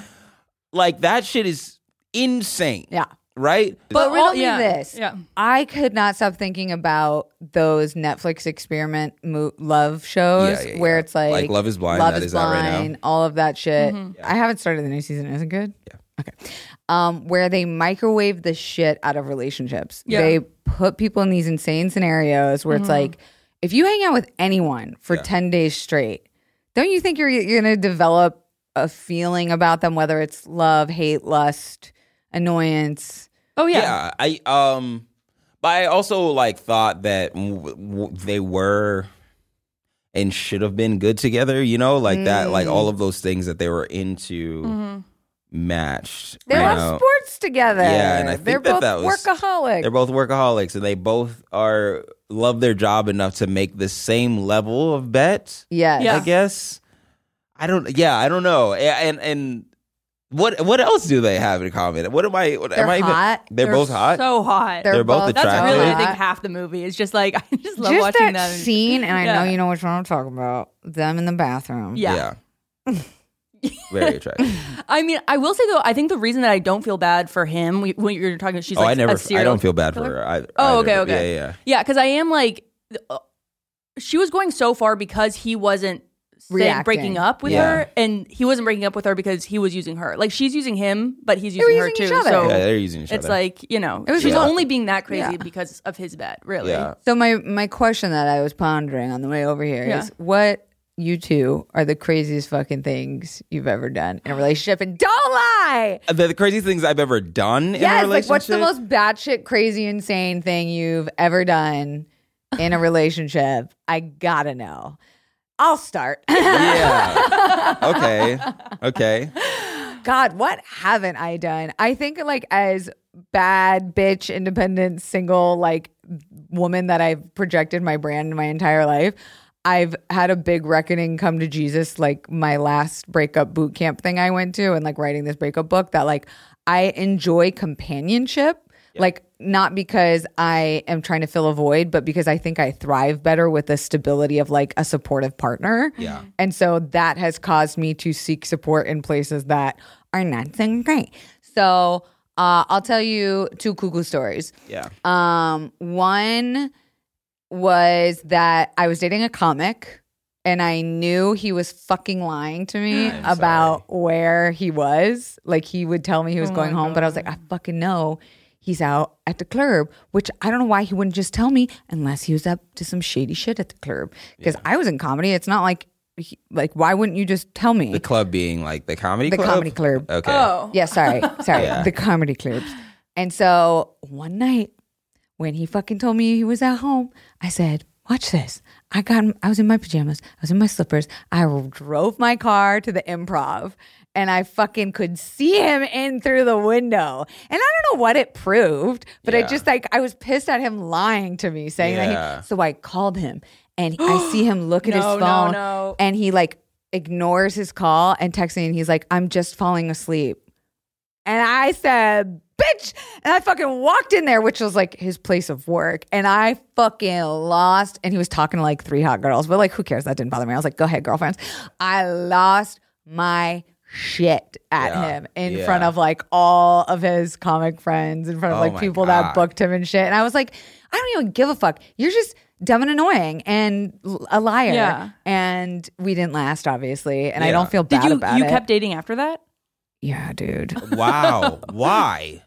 Speaker 3: Like that shit is insane.
Speaker 2: Yeah.
Speaker 3: Right?
Speaker 2: But
Speaker 4: But all-
Speaker 2: really,
Speaker 4: yeah,
Speaker 2: this
Speaker 4: yeah.
Speaker 2: I could not stop thinking about those Netflix experiment mo- love shows
Speaker 3: Yeah, yeah,
Speaker 2: where
Speaker 3: yeah.
Speaker 2: it's like,
Speaker 3: Like Love is Blind,
Speaker 2: Love
Speaker 3: that
Speaker 2: is,
Speaker 3: is out right now.
Speaker 2: blind, all of that shit.
Speaker 4: Mm-hmm.
Speaker 2: I haven't started the new season. Is it good? Yeah. Okay. Um, where they microwave the shit out of relationships.
Speaker 4: Yeah. Mm-hmm.
Speaker 2: They put people in these insane scenarios where it's like, if you hang out with anyone for ten days straight, don't you think you're, you're going to develop a feeling about them, whether it's love, hate, lust, annoyance?
Speaker 4: Oh yeah.
Speaker 3: yeah. I um, but I also like thought that w- w- they were and should have been good together. You know, like that, like all of those things that they were into matched.
Speaker 2: They
Speaker 3: you
Speaker 2: love
Speaker 3: know?
Speaker 2: sports together.
Speaker 3: Yeah, and I think
Speaker 2: they're both
Speaker 3: that that was-
Speaker 2: workaholics.
Speaker 3: They're both workaholics, and they both are love their job enough to make the same level of bet.
Speaker 2: yes.
Speaker 4: Yeah.
Speaker 3: I guess. I don't. Yeah, I don't know. A- And and. What what else do they have in common? What am I? What,
Speaker 2: They're
Speaker 3: am I even-
Speaker 2: hot.
Speaker 3: They're, both hot.
Speaker 4: So hot.
Speaker 3: They're both
Speaker 4: That's
Speaker 3: attractive.
Speaker 4: really I
Speaker 2: hot.
Speaker 4: think half the movie. It's just like I just love
Speaker 2: Just
Speaker 4: watching
Speaker 2: that
Speaker 4: them.
Speaker 2: scene, and I
Speaker 4: Yeah.
Speaker 2: know you know which one I'm talking about. Them in the bathroom.
Speaker 4: Yeah.
Speaker 3: Very attractive.
Speaker 4: I mean, I will say though, I think the reason that I don't feel bad for him we- when you're talking, she's
Speaker 3: oh,
Speaker 4: like
Speaker 3: I never.
Speaker 4: a
Speaker 3: I
Speaker 4: serial
Speaker 3: don't feel bad for her. I,
Speaker 4: Oh,
Speaker 3: either.
Speaker 4: okay, okay.
Speaker 3: Yeah, yeah.
Speaker 4: Yeah, because I am like, uh, she was going so far because he wasn't saying,
Speaker 2: Reacting.
Speaker 4: breaking up with
Speaker 3: Yeah.
Speaker 4: her, and he wasn't breaking up with her because he was using her. Like she's using him, but he's
Speaker 2: were
Speaker 4: using her
Speaker 2: using each
Speaker 4: too.
Speaker 2: other.
Speaker 4: So
Speaker 3: yeah. They're using each
Speaker 4: it's
Speaker 3: other.
Speaker 4: like you know,
Speaker 2: was
Speaker 4: she's
Speaker 2: just-
Speaker 4: only being that crazy
Speaker 2: Yeah.
Speaker 4: because of his bet. Really,
Speaker 3: yeah.
Speaker 2: So my my question that I was pondering on the way over here is,
Speaker 4: Yeah.
Speaker 2: what you two are the craziest fucking things you've ever done in a relationship, and don't lie.
Speaker 3: The, the craziest things I've ever done in a
Speaker 2: Yes, like
Speaker 3: relationship.
Speaker 2: what's the most batshit crazy insane thing you've ever done in a relationship? I gotta know. I'll start.
Speaker 3: Yeah. okay. Okay.
Speaker 2: God, what haven't I done? I think like as bad bitch, independent, single like woman that I've projected my brand my entire life. I've had a big reckoning come to Jesus, like my last breakup boot camp thing I went to, and like writing this breakup book that like I enjoy companionship. Like, not because I am trying to fill a void, but because I think I thrive better with the stability of like a supportive partner.
Speaker 3: Yeah.
Speaker 2: And so that has caused me to seek support in places that are not so great. So uh, I'll tell you two cuckoo stories.
Speaker 3: Yeah.
Speaker 2: Um, one was that I was dating a comic and I knew he was fucking lying to me
Speaker 3: I'm
Speaker 2: about where he was. Like he would tell me he was going home, but I was like, I fucking know he's out at the club, which I don't know why he wouldn't just tell me unless he was up to some shady shit at the club. Because I was in comedy. It's not like, he- like, why wouldn't you just tell me?
Speaker 3: The club being like the comedy
Speaker 2: The
Speaker 3: club.
Speaker 2: comedy club.
Speaker 3: Okay.
Speaker 2: Yeah, sorry. Sorry.
Speaker 3: Yeah.
Speaker 2: The comedy clubs. And so one night when he fucking told me he was at home, I said, Watch this. I got, I was in my pajamas, I was in my slippers. I drove my car to the improv and I fucking could see him in through the window. And I don't know what it proved, but I
Speaker 3: Yeah.
Speaker 2: just like, I was pissed at him lying to me, saying that
Speaker 3: Yeah.
Speaker 2: he, so I called him and I see him look at his
Speaker 4: No, no,
Speaker 2: phone
Speaker 4: no.
Speaker 2: and he like ignores his call and texts me and he's like, I'm just falling asleep. And I said, bitch. And I fucking walked in there, which was like his place of work. And I fucking lost. And he was talking to like three hot girls, but like, who cares? That didn't bother me. I was like, go ahead, girlfriends. I lost my shit at
Speaker 3: Yeah.
Speaker 2: him in
Speaker 3: Yeah.
Speaker 2: front of like all of his comic friends, in front of
Speaker 3: Oh
Speaker 2: like
Speaker 3: my
Speaker 2: people that
Speaker 3: God.
Speaker 2: booked him and shit. And I was like, I don't even give a fuck. You're just dumb and annoying and l- a liar.
Speaker 4: Yeah.
Speaker 2: And we didn't last, obviously. And I
Speaker 3: Yeah.
Speaker 2: don't feel
Speaker 4: Did
Speaker 2: bad
Speaker 4: you
Speaker 2: about
Speaker 4: you
Speaker 2: it.
Speaker 4: kept dating after that?
Speaker 2: yeah, dude.
Speaker 3: Wow. Why?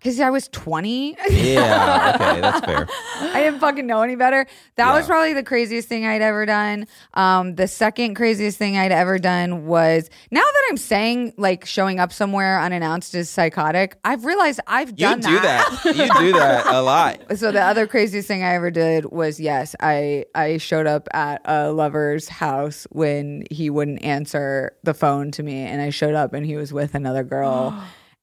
Speaker 2: because I was 20.
Speaker 3: Yeah. Okay, that's fair.
Speaker 2: I didn't fucking know any better. That was probably the craziest thing I'd ever done. Um, the second craziest thing I'd ever done was now that I'm saying like showing up somewhere unannounced is psychotic. I've realized I've
Speaker 3: You
Speaker 2: done
Speaker 3: do that. You do that a lot.
Speaker 2: so the other craziest thing I ever did was yes, I I showed up at a lover's house when he wouldn't answer the phone to me, and I showed up and he was with another girl.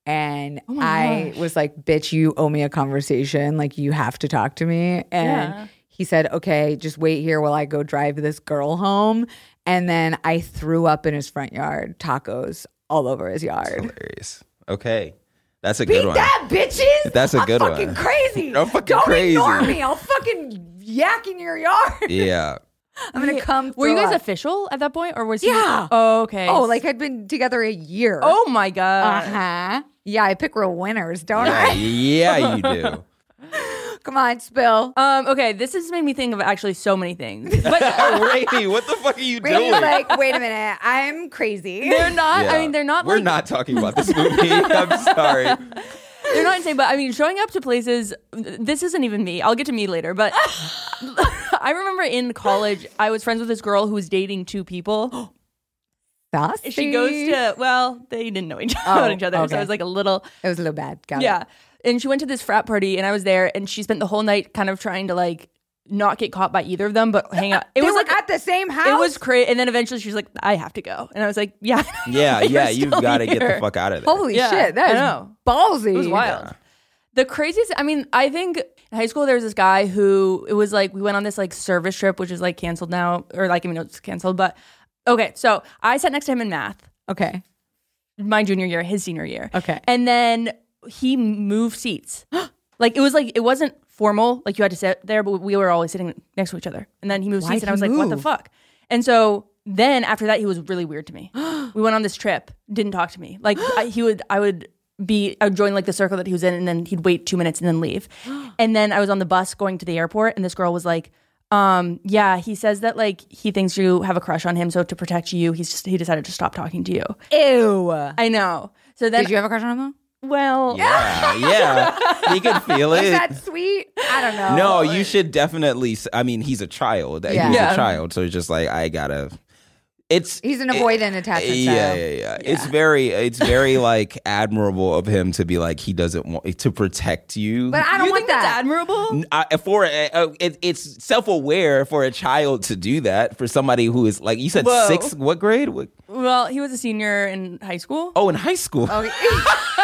Speaker 2: And I was like, bitch, you owe me a conversation. Like, you have to talk to me. And he said, okay, just wait here while I go drive this girl home. And then I threw up in his front yard, tacos all over his yard.
Speaker 3: Hilarious. Okay, that's a
Speaker 2: Beat
Speaker 3: good one.
Speaker 2: that, bitches!
Speaker 3: That's a
Speaker 2: I'm
Speaker 3: good
Speaker 2: fucking
Speaker 3: one.
Speaker 2: Crazy.
Speaker 3: I'm fucking
Speaker 2: Don't ignore
Speaker 3: crazy.
Speaker 2: me. I'll fucking yak in your yard.
Speaker 3: Yeah.
Speaker 2: I'm gonna come.
Speaker 4: Were you
Speaker 2: throw
Speaker 4: guys
Speaker 2: up.
Speaker 4: official at that point, or was
Speaker 2: Yeah.
Speaker 4: He, oh, okay.
Speaker 2: Oh, like I'd been together a year.
Speaker 4: oh my god.
Speaker 2: Uh
Speaker 4: Uh-huh.
Speaker 2: huh. Yeah, I pick real winners, don't
Speaker 3: Yeah, yeah, you do.
Speaker 2: I? Come on, spill.
Speaker 4: Um, okay, this has made me think of actually so many things, but
Speaker 3: Rainy, what the fuck are you
Speaker 2: Brady's
Speaker 3: doing?
Speaker 2: like, wait a minute, I'm crazy.
Speaker 4: they're not.
Speaker 3: Yeah.
Speaker 4: I mean, they're not.
Speaker 3: We're
Speaker 4: like,
Speaker 3: not talking about this movie. I'm sorry.
Speaker 4: They're not insane. But I mean, showing up to places. This isn't even me. I'll get to me later. But I remember in college, I was friends with this girl who was dating two people.
Speaker 2: Saucy.
Speaker 4: She goes to well, they didn't know each,
Speaker 3: Oh,
Speaker 4: about each other,
Speaker 2: okay.
Speaker 4: so it was like a little
Speaker 2: It was a little bad. Got
Speaker 4: yeah.
Speaker 2: it.
Speaker 4: And she went to this frat party, and I was there, and she spent the whole night kind of trying to like not get caught by either of them, but hang out. It
Speaker 2: They
Speaker 4: was
Speaker 2: were
Speaker 4: like
Speaker 2: at the same house.
Speaker 4: It was crazy. And then eventually she's like, I have to go. And I was like, yeah.
Speaker 3: Yeah,
Speaker 4: You're
Speaker 3: yeah, you've
Speaker 4: still
Speaker 3: got to get the
Speaker 4: here.
Speaker 3: fuck out of there.
Speaker 2: holy
Speaker 4: Yeah,
Speaker 2: shit.
Speaker 4: I
Speaker 2: That is
Speaker 4: know.
Speaker 2: ballsy.
Speaker 4: It was wild. The craziest, I mean, I think in high school there was this guy who, it was like, we went on this like service trip, which is like canceled now, or like, I mean, it's canceled, but okay. So I sat next to him in math,
Speaker 2: Okay.
Speaker 4: my junior year, his senior year.
Speaker 2: Okay.
Speaker 4: And then he moved seats. like it was like, it wasn't formal, like you had to sit there, but we were always sitting next to each other. And then he moved
Speaker 2: Why'd
Speaker 4: seats, and
Speaker 2: he
Speaker 4: I was like, what the
Speaker 2: move?
Speaker 4: fuck? And so then after that, he was really weird to me. we went on this trip, didn't talk to me. Like I, he would, I would be, I would join like the circle that he was in, and then he'd wait two minutes and then leave. and then I was on the bus going to the airport, and this girl was like, um, yeah, he says that like he thinks you have a crush on him, so to protect you, he's just, he decided to stop talking to you.
Speaker 2: Ew.
Speaker 4: I know. So then,
Speaker 2: Did you have a crush on him?
Speaker 4: well,
Speaker 3: Yeah, yeah. He can feel it.
Speaker 2: Is that sweet? I don't know.
Speaker 3: no, you should definitely. s- I mean, he's a child.
Speaker 2: Yeah.
Speaker 3: He's
Speaker 4: Yeah.
Speaker 3: a child, so it's just like I gotta. It's
Speaker 2: He's an avoidant attachment
Speaker 3: yeah, yeah,
Speaker 2: style.
Speaker 3: yeah, It's very, it's very like admirable of him to be like he doesn't want to protect you.
Speaker 2: But I don't
Speaker 4: you
Speaker 2: want
Speaker 4: think that's
Speaker 2: that.
Speaker 4: admirable?
Speaker 3: I, for a- uh, it, it's self-aware for a child to do that for somebody who is like you said
Speaker 4: Whoa.
Speaker 3: sixth what grade what,
Speaker 4: Well, he was a senior in high school.
Speaker 3: oh in high school
Speaker 2: Oh, he-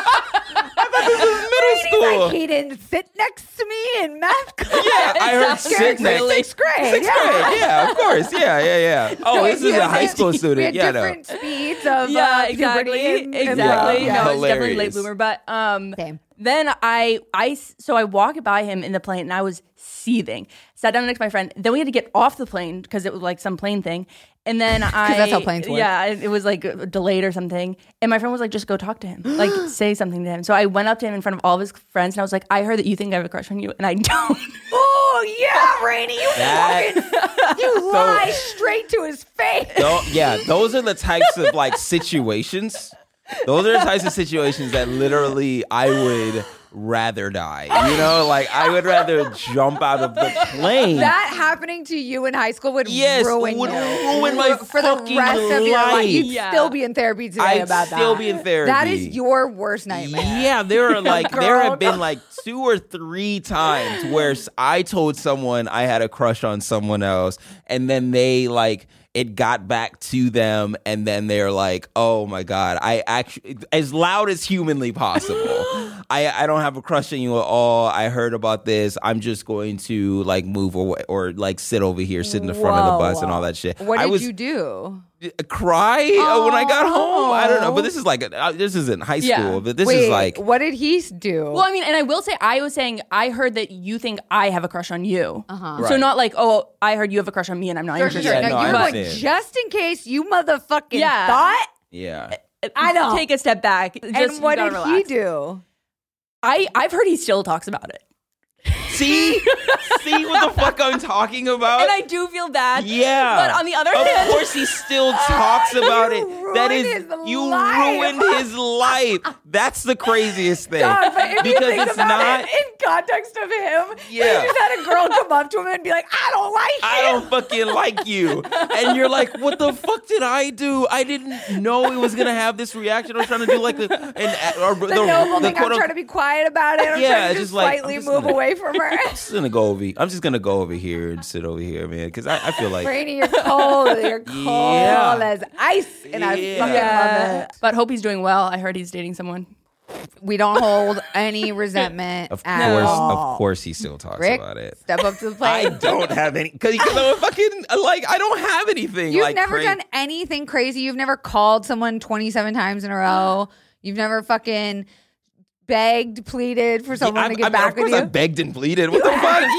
Speaker 3: middle
Speaker 2: he's
Speaker 3: school
Speaker 2: like, he didn't sit next to me in math class.
Speaker 3: yeah I heard
Speaker 4: Exactly.
Speaker 3: sixth next
Speaker 4: Really?
Speaker 2: Sixth grade.
Speaker 3: sixth
Speaker 2: yeah.
Speaker 3: grade yeah of course yeah yeah yeah oh this is a high school
Speaker 2: We
Speaker 3: student
Speaker 2: had
Speaker 3: yeah no.
Speaker 2: different speeds of
Speaker 4: yeah,
Speaker 2: uh,
Speaker 4: exactly,
Speaker 2: puberty and- and
Speaker 4: exactly.
Speaker 3: Yeah.
Speaker 4: No, it's definitely a late
Speaker 3: Hilarious.
Speaker 4: bloomer. But um,
Speaker 2: Same.
Speaker 4: then I, I, s- so I walk by him in the plane, and I was seething. Sat down next to my friend. Then we had to get off the plane because it was like some plane thing. And then I,
Speaker 2: that's how planes work.
Speaker 4: Yeah, it it was like uh, delayed or something. And my friend was like, "Just go talk to him, like say something to him." So I went up to him in front of all of his friends, and I was like, "I heard that you think I have a crush on you, and I don't."
Speaker 2: Oh yeah, Rainy, you
Speaker 3: That-
Speaker 2: fucking you lie straight to his face.
Speaker 3: Tho- yeah those are the types of like situations those are the types of situations that literally I would rather die you know like I would rather jump out of the plane
Speaker 2: That happening to you in high school would
Speaker 3: Yes,
Speaker 2: ruin
Speaker 3: would
Speaker 2: you.
Speaker 3: ruin my
Speaker 2: for the
Speaker 3: fucking
Speaker 2: rest of your life.
Speaker 3: life.
Speaker 2: You'd
Speaker 4: Yeah.
Speaker 2: still be in therapy today
Speaker 3: I'd
Speaker 2: about that.
Speaker 3: still be in
Speaker 2: That
Speaker 3: therapy.
Speaker 2: is your worst nightmare.
Speaker 3: Yeah, there are like there
Speaker 2: Girl,
Speaker 3: have been like two or three times where s- I told someone I had a crush on someone else, and then they like it got back to them, and then they're like, "Oh my god, I actually as loud as humanly possible." I, I don't have a crush on you at all. I heard about this. I'm just going to like move away or like sit over here, sit in the front of the bus and all that shit.
Speaker 2: What
Speaker 3: I
Speaker 2: did
Speaker 3: was,
Speaker 2: you do?
Speaker 3: cry uh, when I got home. I don't know, but this is like uh, this isn't high school,
Speaker 4: Yeah.
Speaker 3: but this
Speaker 2: Oh. Wait,
Speaker 3: is like
Speaker 2: what did he do?
Speaker 4: Well, I mean, and I will say, I was saying, I heard that you think I have a crush on you. Uh-huh. So
Speaker 3: Right.
Speaker 4: not like, oh, I heard you have a crush on me, and I'm not
Speaker 2: Sure, sure,
Speaker 4: interested.
Speaker 2: sure.
Speaker 3: Yeah, no,
Speaker 2: Now,
Speaker 3: I
Speaker 2: you were like,
Speaker 3: understand.
Speaker 2: just in case you motherfucking
Speaker 4: Yeah.
Speaker 2: thought.
Speaker 3: yeah.
Speaker 4: I
Speaker 2: know.
Speaker 4: Take a step back. Just,
Speaker 2: and what
Speaker 4: you
Speaker 2: did
Speaker 4: gotta
Speaker 2: he
Speaker 4: relax.
Speaker 2: do?
Speaker 4: I I've heard he still talks about it.
Speaker 3: See, see what the fuck I'm talking about.
Speaker 4: and I do feel bad.
Speaker 3: Uh, yeah.
Speaker 4: But on the other
Speaker 3: of
Speaker 4: hand,
Speaker 3: course, he still talks about
Speaker 2: you
Speaker 3: it. That is,
Speaker 2: ruined his
Speaker 3: you
Speaker 2: life.
Speaker 3: ruined his life. That's the craziest thing.
Speaker 2: God, but if
Speaker 3: because
Speaker 2: you think
Speaker 3: it's
Speaker 2: about
Speaker 3: not.
Speaker 2: it in context of him,
Speaker 3: Yeah.
Speaker 2: he just had a girl come up to him and be like, "I don't like
Speaker 3: I
Speaker 2: you."
Speaker 3: don't fucking like you. And you're like, what the fuck did I do? I didn't know it was gonna have this reaction. I was trying to do like the and or the,
Speaker 2: the, noble thing. I'm
Speaker 3: quote-
Speaker 2: trying to be quiet about it. I'm
Speaker 3: Yeah,
Speaker 2: trying to
Speaker 3: it's
Speaker 2: just,
Speaker 3: just like, I'm
Speaker 2: slightly
Speaker 3: just
Speaker 2: move
Speaker 3: gonna-
Speaker 2: away from her.
Speaker 3: I'm just gonna go over. I'm just gonna go over here and sit over here, man. Because I, I feel like
Speaker 2: Rainy, you're cold. You're cold
Speaker 3: Yeah.
Speaker 2: as ice, and I
Speaker 3: Yeah.
Speaker 2: fucking
Speaker 4: Yeah.
Speaker 2: love it.
Speaker 4: But hope he's doing well. I heard he's dating someone.
Speaker 2: We don't hold any resentment
Speaker 3: Of
Speaker 2: at
Speaker 3: course,
Speaker 2: all.
Speaker 3: of course, he still talks
Speaker 2: Rick,
Speaker 3: about it.
Speaker 2: step up to the plate.
Speaker 3: I don't have any because I'm fucking like I don't have anything.
Speaker 2: You've
Speaker 3: like,
Speaker 2: never
Speaker 3: cra-
Speaker 2: done anything crazy. You've never called someone 27 times in a row. You've never fucking begged, pleaded for someone
Speaker 3: I-
Speaker 2: to
Speaker 3: I
Speaker 2: get
Speaker 3: mean,
Speaker 2: back
Speaker 3: of course
Speaker 2: with you.
Speaker 3: I begged and pleaded. What the fuck?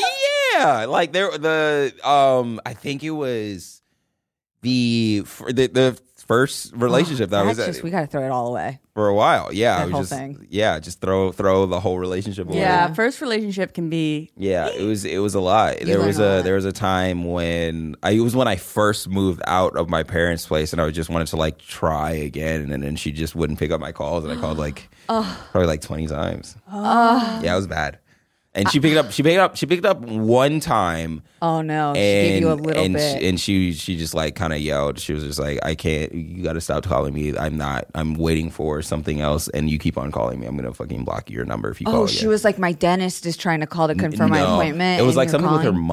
Speaker 3: Yeah, like there the um I think it was the fir- the, the first relationship that I was
Speaker 2: That's
Speaker 3: at
Speaker 2: just, we got to throw it all away.
Speaker 3: for a while. Yeah,
Speaker 2: That
Speaker 3: I was
Speaker 2: whole
Speaker 3: just
Speaker 2: thing.
Speaker 3: yeah, just throw throw the whole relationship away.
Speaker 4: Yeah, first relationship can be
Speaker 3: Yeah, it was it was a lot. there
Speaker 2: learn
Speaker 3: was
Speaker 2: a
Speaker 3: a,
Speaker 2: lot.
Speaker 3: there was a time when I it was when I first moved out of my parents' place, and I just wanted to like try again, and then she just wouldn't pick up my calls, and I called like probably like twenty times. Yeah, it was bad. And she picked up. She picked up. She picked up one time,
Speaker 2: Oh no, she
Speaker 3: and
Speaker 2: gave you a little
Speaker 3: and
Speaker 2: bit.
Speaker 3: She, and she she just like kind of yelled. She was just like, "I can't. You got to stop calling me. I'm not. I'm waiting for something else, and you keep on calling me. I'm gonna fucking block your number if you call
Speaker 2: oh,
Speaker 3: again."
Speaker 2: she was like, my dentist is trying to call to confirm my
Speaker 3: No.
Speaker 2: appointment.
Speaker 3: It was
Speaker 2: and Oh.
Speaker 3: like
Speaker 2: you're
Speaker 3: something with her
Speaker 2: calling.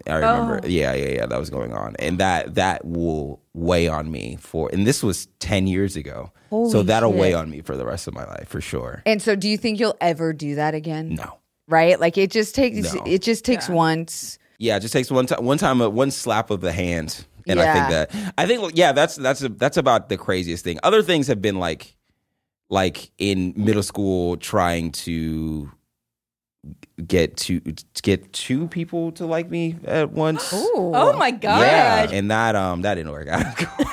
Speaker 3: mom. I remember. Yeah, yeah, yeah. That was going on, and that that will weigh on me for. And this was ten years ago, so that'll weigh on me for the rest of my life for sure.
Speaker 2: And so, do you think you'll ever do that again?
Speaker 3: No.
Speaker 2: Right? Like it just takes.
Speaker 3: No.
Speaker 2: It just takes once.
Speaker 3: Yeah, it just takes one time, one time, uh, one slap of the hand, and
Speaker 2: Yeah.
Speaker 3: I think that I think yeah, that's that's that's about the craziest thing. Other things have been like, like in middle school, trying to get to get two people to like me at once.
Speaker 4: Oh my god.
Speaker 3: Yeah, and that um that didn't work out.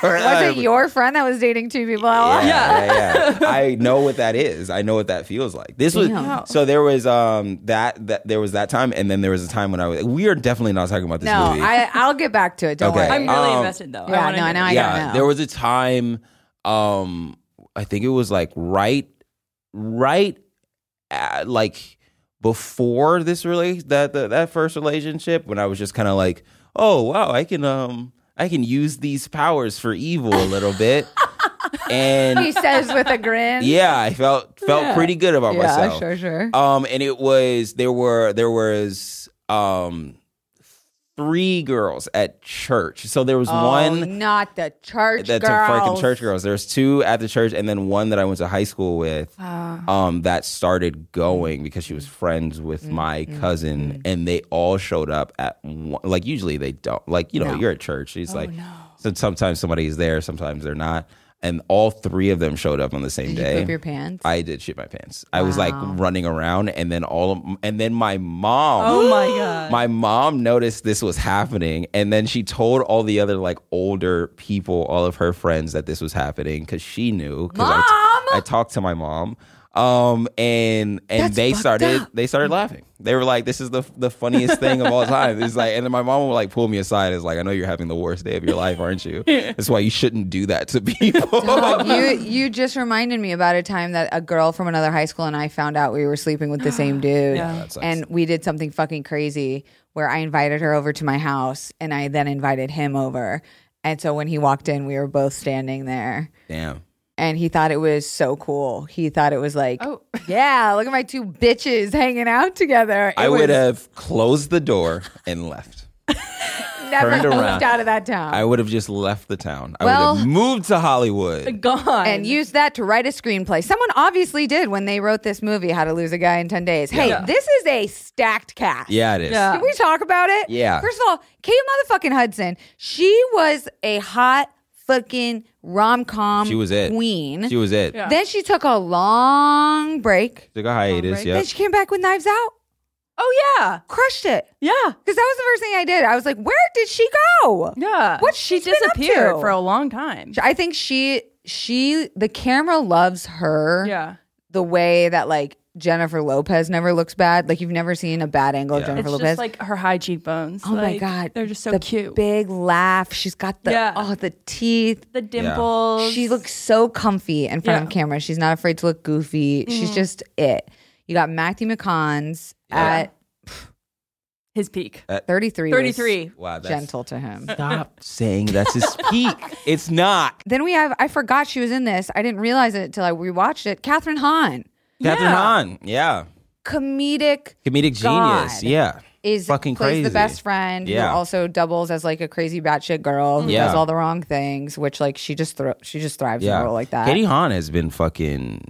Speaker 2: Was it your friend that was dating two people?
Speaker 3: Yeah, yeah, yeah. I know what that is. I know what that feels like. This was so there was um that that there was that time, and then there was a time when I was. We are definitely not talking about this
Speaker 2: No,
Speaker 3: movie.
Speaker 2: I, I'll get back to it. Don't
Speaker 3: Okay.
Speaker 2: worry.
Speaker 4: I'm really
Speaker 3: Um,
Speaker 4: invested though.
Speaker 2: yeah,
Speaker 4: wanna
Speaker 2: no, I know.
Speaker 4: hear.
Speaker 2: I
Speaker 3: yeah,
Speaker 2: don't know.
Speaker 3: there was a time. Um, I think it was like right, right, at, like before this really that, that that first relationship when I was just kind of like, oh wow, I can um I can use these powers for evil a little bit, and
Speaker 2: he says with a grin.
Speaker 3: yeah, I felt felt pretty good about
Speaker 2: Yeah,
Speaker 3: myself.
Speaker 2: sure, sure.
Speaker 3: Um, and it was there were there was um three girls at church. So there was
Speaker 2: Oh,
Speaker 3: one
Speaker 2: not the church
Speaker 3: Um, that's
Speaker 2: girls.
Speaker 3: a freaking church girls. There's two at the church, and then one that I went to high school with.
Speaker 2: Ah.
Speaker 3: Um, that started going because she was
Speaker 2: Mm-hmm.
Speaker 3: friends with my cousin, and they all showed up at one, like usually they don't like you know you're at church. She's
Speaker 2: Oh,
Speaker 3: like, so sometimes somebody's there, sometimes they're not, and all three of them showed up on the same
Speaker 2: Did
Speaker 3: day.
Speaker 2: you poop your pants?
Speaker 3: I did shit my pants. I was like running around, and then all of, and then my mom.
Speaker 4: Oh my god.
Speaker 3: My mom noticed this was happening, and then she told all the other like older people, all of her friends, that this was happening because she knew. Cause I, t- I talked to my mom, um, and and they started they started laughing. They were like, "This is the the funniest thing of all time." It's like, and then my mom would like pull me aside. Is like, "I know you're having the worst day of your life, aren't you? That's why you shouldn't do that to people."
Speaker 2: Dog, you you just reminded me about a time that a girl from another high school and I found out we were sleeping with the same dude, and we did something fucking crazy where I invited her over to my house and I then invited him over, and so when he walked in, we were both standing there.
Speaker 3: Damn.
Speaker 2: and he thought it was so cool. He thought it was like, yeah, look at my two bitches hanging out together. It
Speaker 3: I
Speaker 2: was
Speaker 3: would have closed the door and left.
Speaker 2: never
Speaker 3: turned around.
Speaker 2: moved out of that town
Speaker 3: I would have just left the town. I
Speaker 2: Well- uh,
Speaker 3: would have moved to Hollywood.
Speaker 4: God.
Speaker 2: and used that to write a screenplay. Someone obviously did when they wrote this movie, How to Lose a Guy in Ten Days. Hey, this is a stacked cast.
Speaker 3: Yeah, it is.
Speaker 4: Yeah.
Speaker 2: Can we talk about it?
Speaker 3: Yeah.
Speaker 2: First of all, Kate motherfucking Hudson, she was a hot fucking rom com
Speaker 3: She was it.
Speaker 2: queen.
Speaker 3: She was it.
Speaker 2: then she took a long break.
Speaker 3: Took a hiatus.
Speaker 4: right.
Speaker 3: Yeah.
Speaker 2: Then she came back with Knives Out,
Speaker 4: oh yeah.
Speaker 2: crushed it.
Speaker 4: Yeah.
Speaker 2: Because that was the first thing I did. I was like, where did she go?
Speaker 4: Yeah.
Speaker 2: What
Speaker 4: she
Speaker 2: she's been up
Speaker 4: disappeared
Speaker 2: to?
Speaker 4: for a long time.
Speaker 2: I think she she the camera loves her
Speaker 4: Yeah.
Speaker 2: the way that like Jennifer Lopez never looks bad. Like you've never seen a bad angle of Jennifer
Speaker 4: It's
Speaker 2: Lopez.
Speaker 4: just like her high cheekbones.
Speaker 2: oh my god,
Speaker 4: they're just so
Speaker 2: The
Speaker 4: cute.
Speaker 2: Big laugh. She's got the
Speaker 4: Yeah.
Speaker 2: oh the teeth.
Speaker 4: the dimples.
Speaker 2: She looks so comfy in front of
Speaker 4: Yeah. Mm-hmm.
Speaker 2: camera. She's not afraid to look goofy. She's just it. You got Matthew McCon's at
Speaker 4: his peak.
Speaker 2: 33. was
Speaker 4: 33.
Speaker 3: Wow, that's
Speaker 2: Gentle to him.
Speaker 3: Stop saying that's his peak. It's not.
Speaker 2: Then we have, I forgot she was in this. I didn't realize it until I rewatched it. Catherine Hahn,
Speaker 3: Catherine Hahn. Yeah.
Speaker 2: comedic,
Speaker 3: Comedic
Speaker 2: God.
Speaker 3: genius. Yeah.
Speaker 2: is
Speaker 3: Fucking
Speaker 2: plays the
Speaker 3: crazy.
Speaker 2: best friend
Speaker 3: Yeah.
Speaker 2: who also doubles as like a crazy batshit girl who
Speaker 3: Yeah.
Speaker 2: does all the wrong things, which like she just thro- she just thrives in a role like that.
Speaker 3: Katie Hahn has been fucking.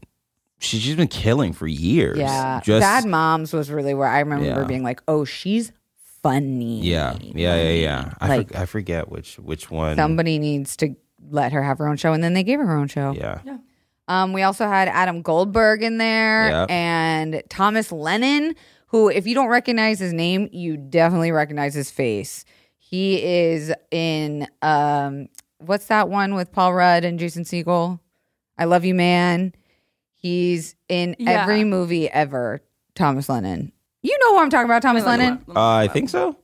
Speaker 3: She, she's been killing for years.
Speaker 2: yeah,
Speaker 3: Just
Speaker 2: Bad Moms was really where I remember
Speaker 3: Yeah.
Speaker 2: being like, oh, she's funny.
Speaker 3: yeah, yeah, yeah, yeah. I,
Speaker 2: Like-
Speaker 3: for, I forget which which one.
Speaker 2: somebody needs to let her have her own show and then they gave her her own show
Speaker 3: Yeah. Uh,
Speaker 2: um, we also had adam goldberg in there
Speaker 3: Yep.
Speaker 2: and thomas lennon who if you don't recognize his name you definitely recognize his face he is in um, what's that one with paul rudd and jason siegel i love you man he's in
Speaker 4: Yeah.
Speaker 2: every movie ever thomas lennon you know who i'm talking about thomas lennon
Speaker 3: Uh, I think so.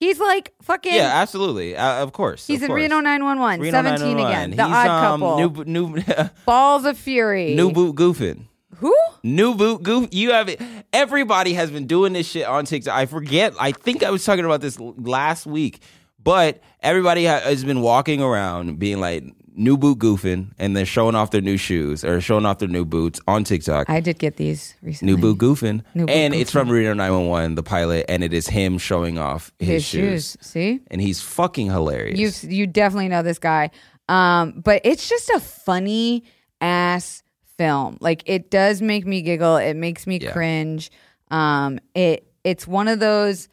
Speaker 2: he's like fucking
Speaker 3: Yeah, absolutely. Uh, of course.
Speaker 2: he's
Speaker 3: of
Speaker 2: in
Speaker 3: course.
Speaker 2: reno 911
Speaker 3: Reno
Speaker 2: 17
Speaker 3: 911.
Speaker 2: again the
Speaker 3: He's,
Speaker 2: odd
Speaker 3: um,
Speaker 2: couple
Speaker 3: New bo-
Speaker 2: Balls of
Speaker 3: new
Speaker 2: Fury.
Speaker 3: new boot goofing.
Speaker 2: Who?
Speaker 3: New boot goof. You have it. Everybody has been doing this shit on TikTok. I forget. I think I was talking about this l- last week, but everybody ha- has been walking around being like new boot goofing, and they're showing off their new shoes or showing off their new boots on TikTok.
Speaker 2: I did get these recently.
Speaker 3: New boot goofing,
Speaker 2: New boot
Speaker 3: and it's from Reno 911, the pilot, and it is him showing off his,
Speaker 2: His shoes. See?
Speaker 3: and he's fucking hilarious.
Speaker 2: You you definitely know this guy. Um, but it's just a funny ass film. Like it does make me giggle. It makes me
Speaker 3: Yeah.
Speaker 2: cringe. Um, it it's one of those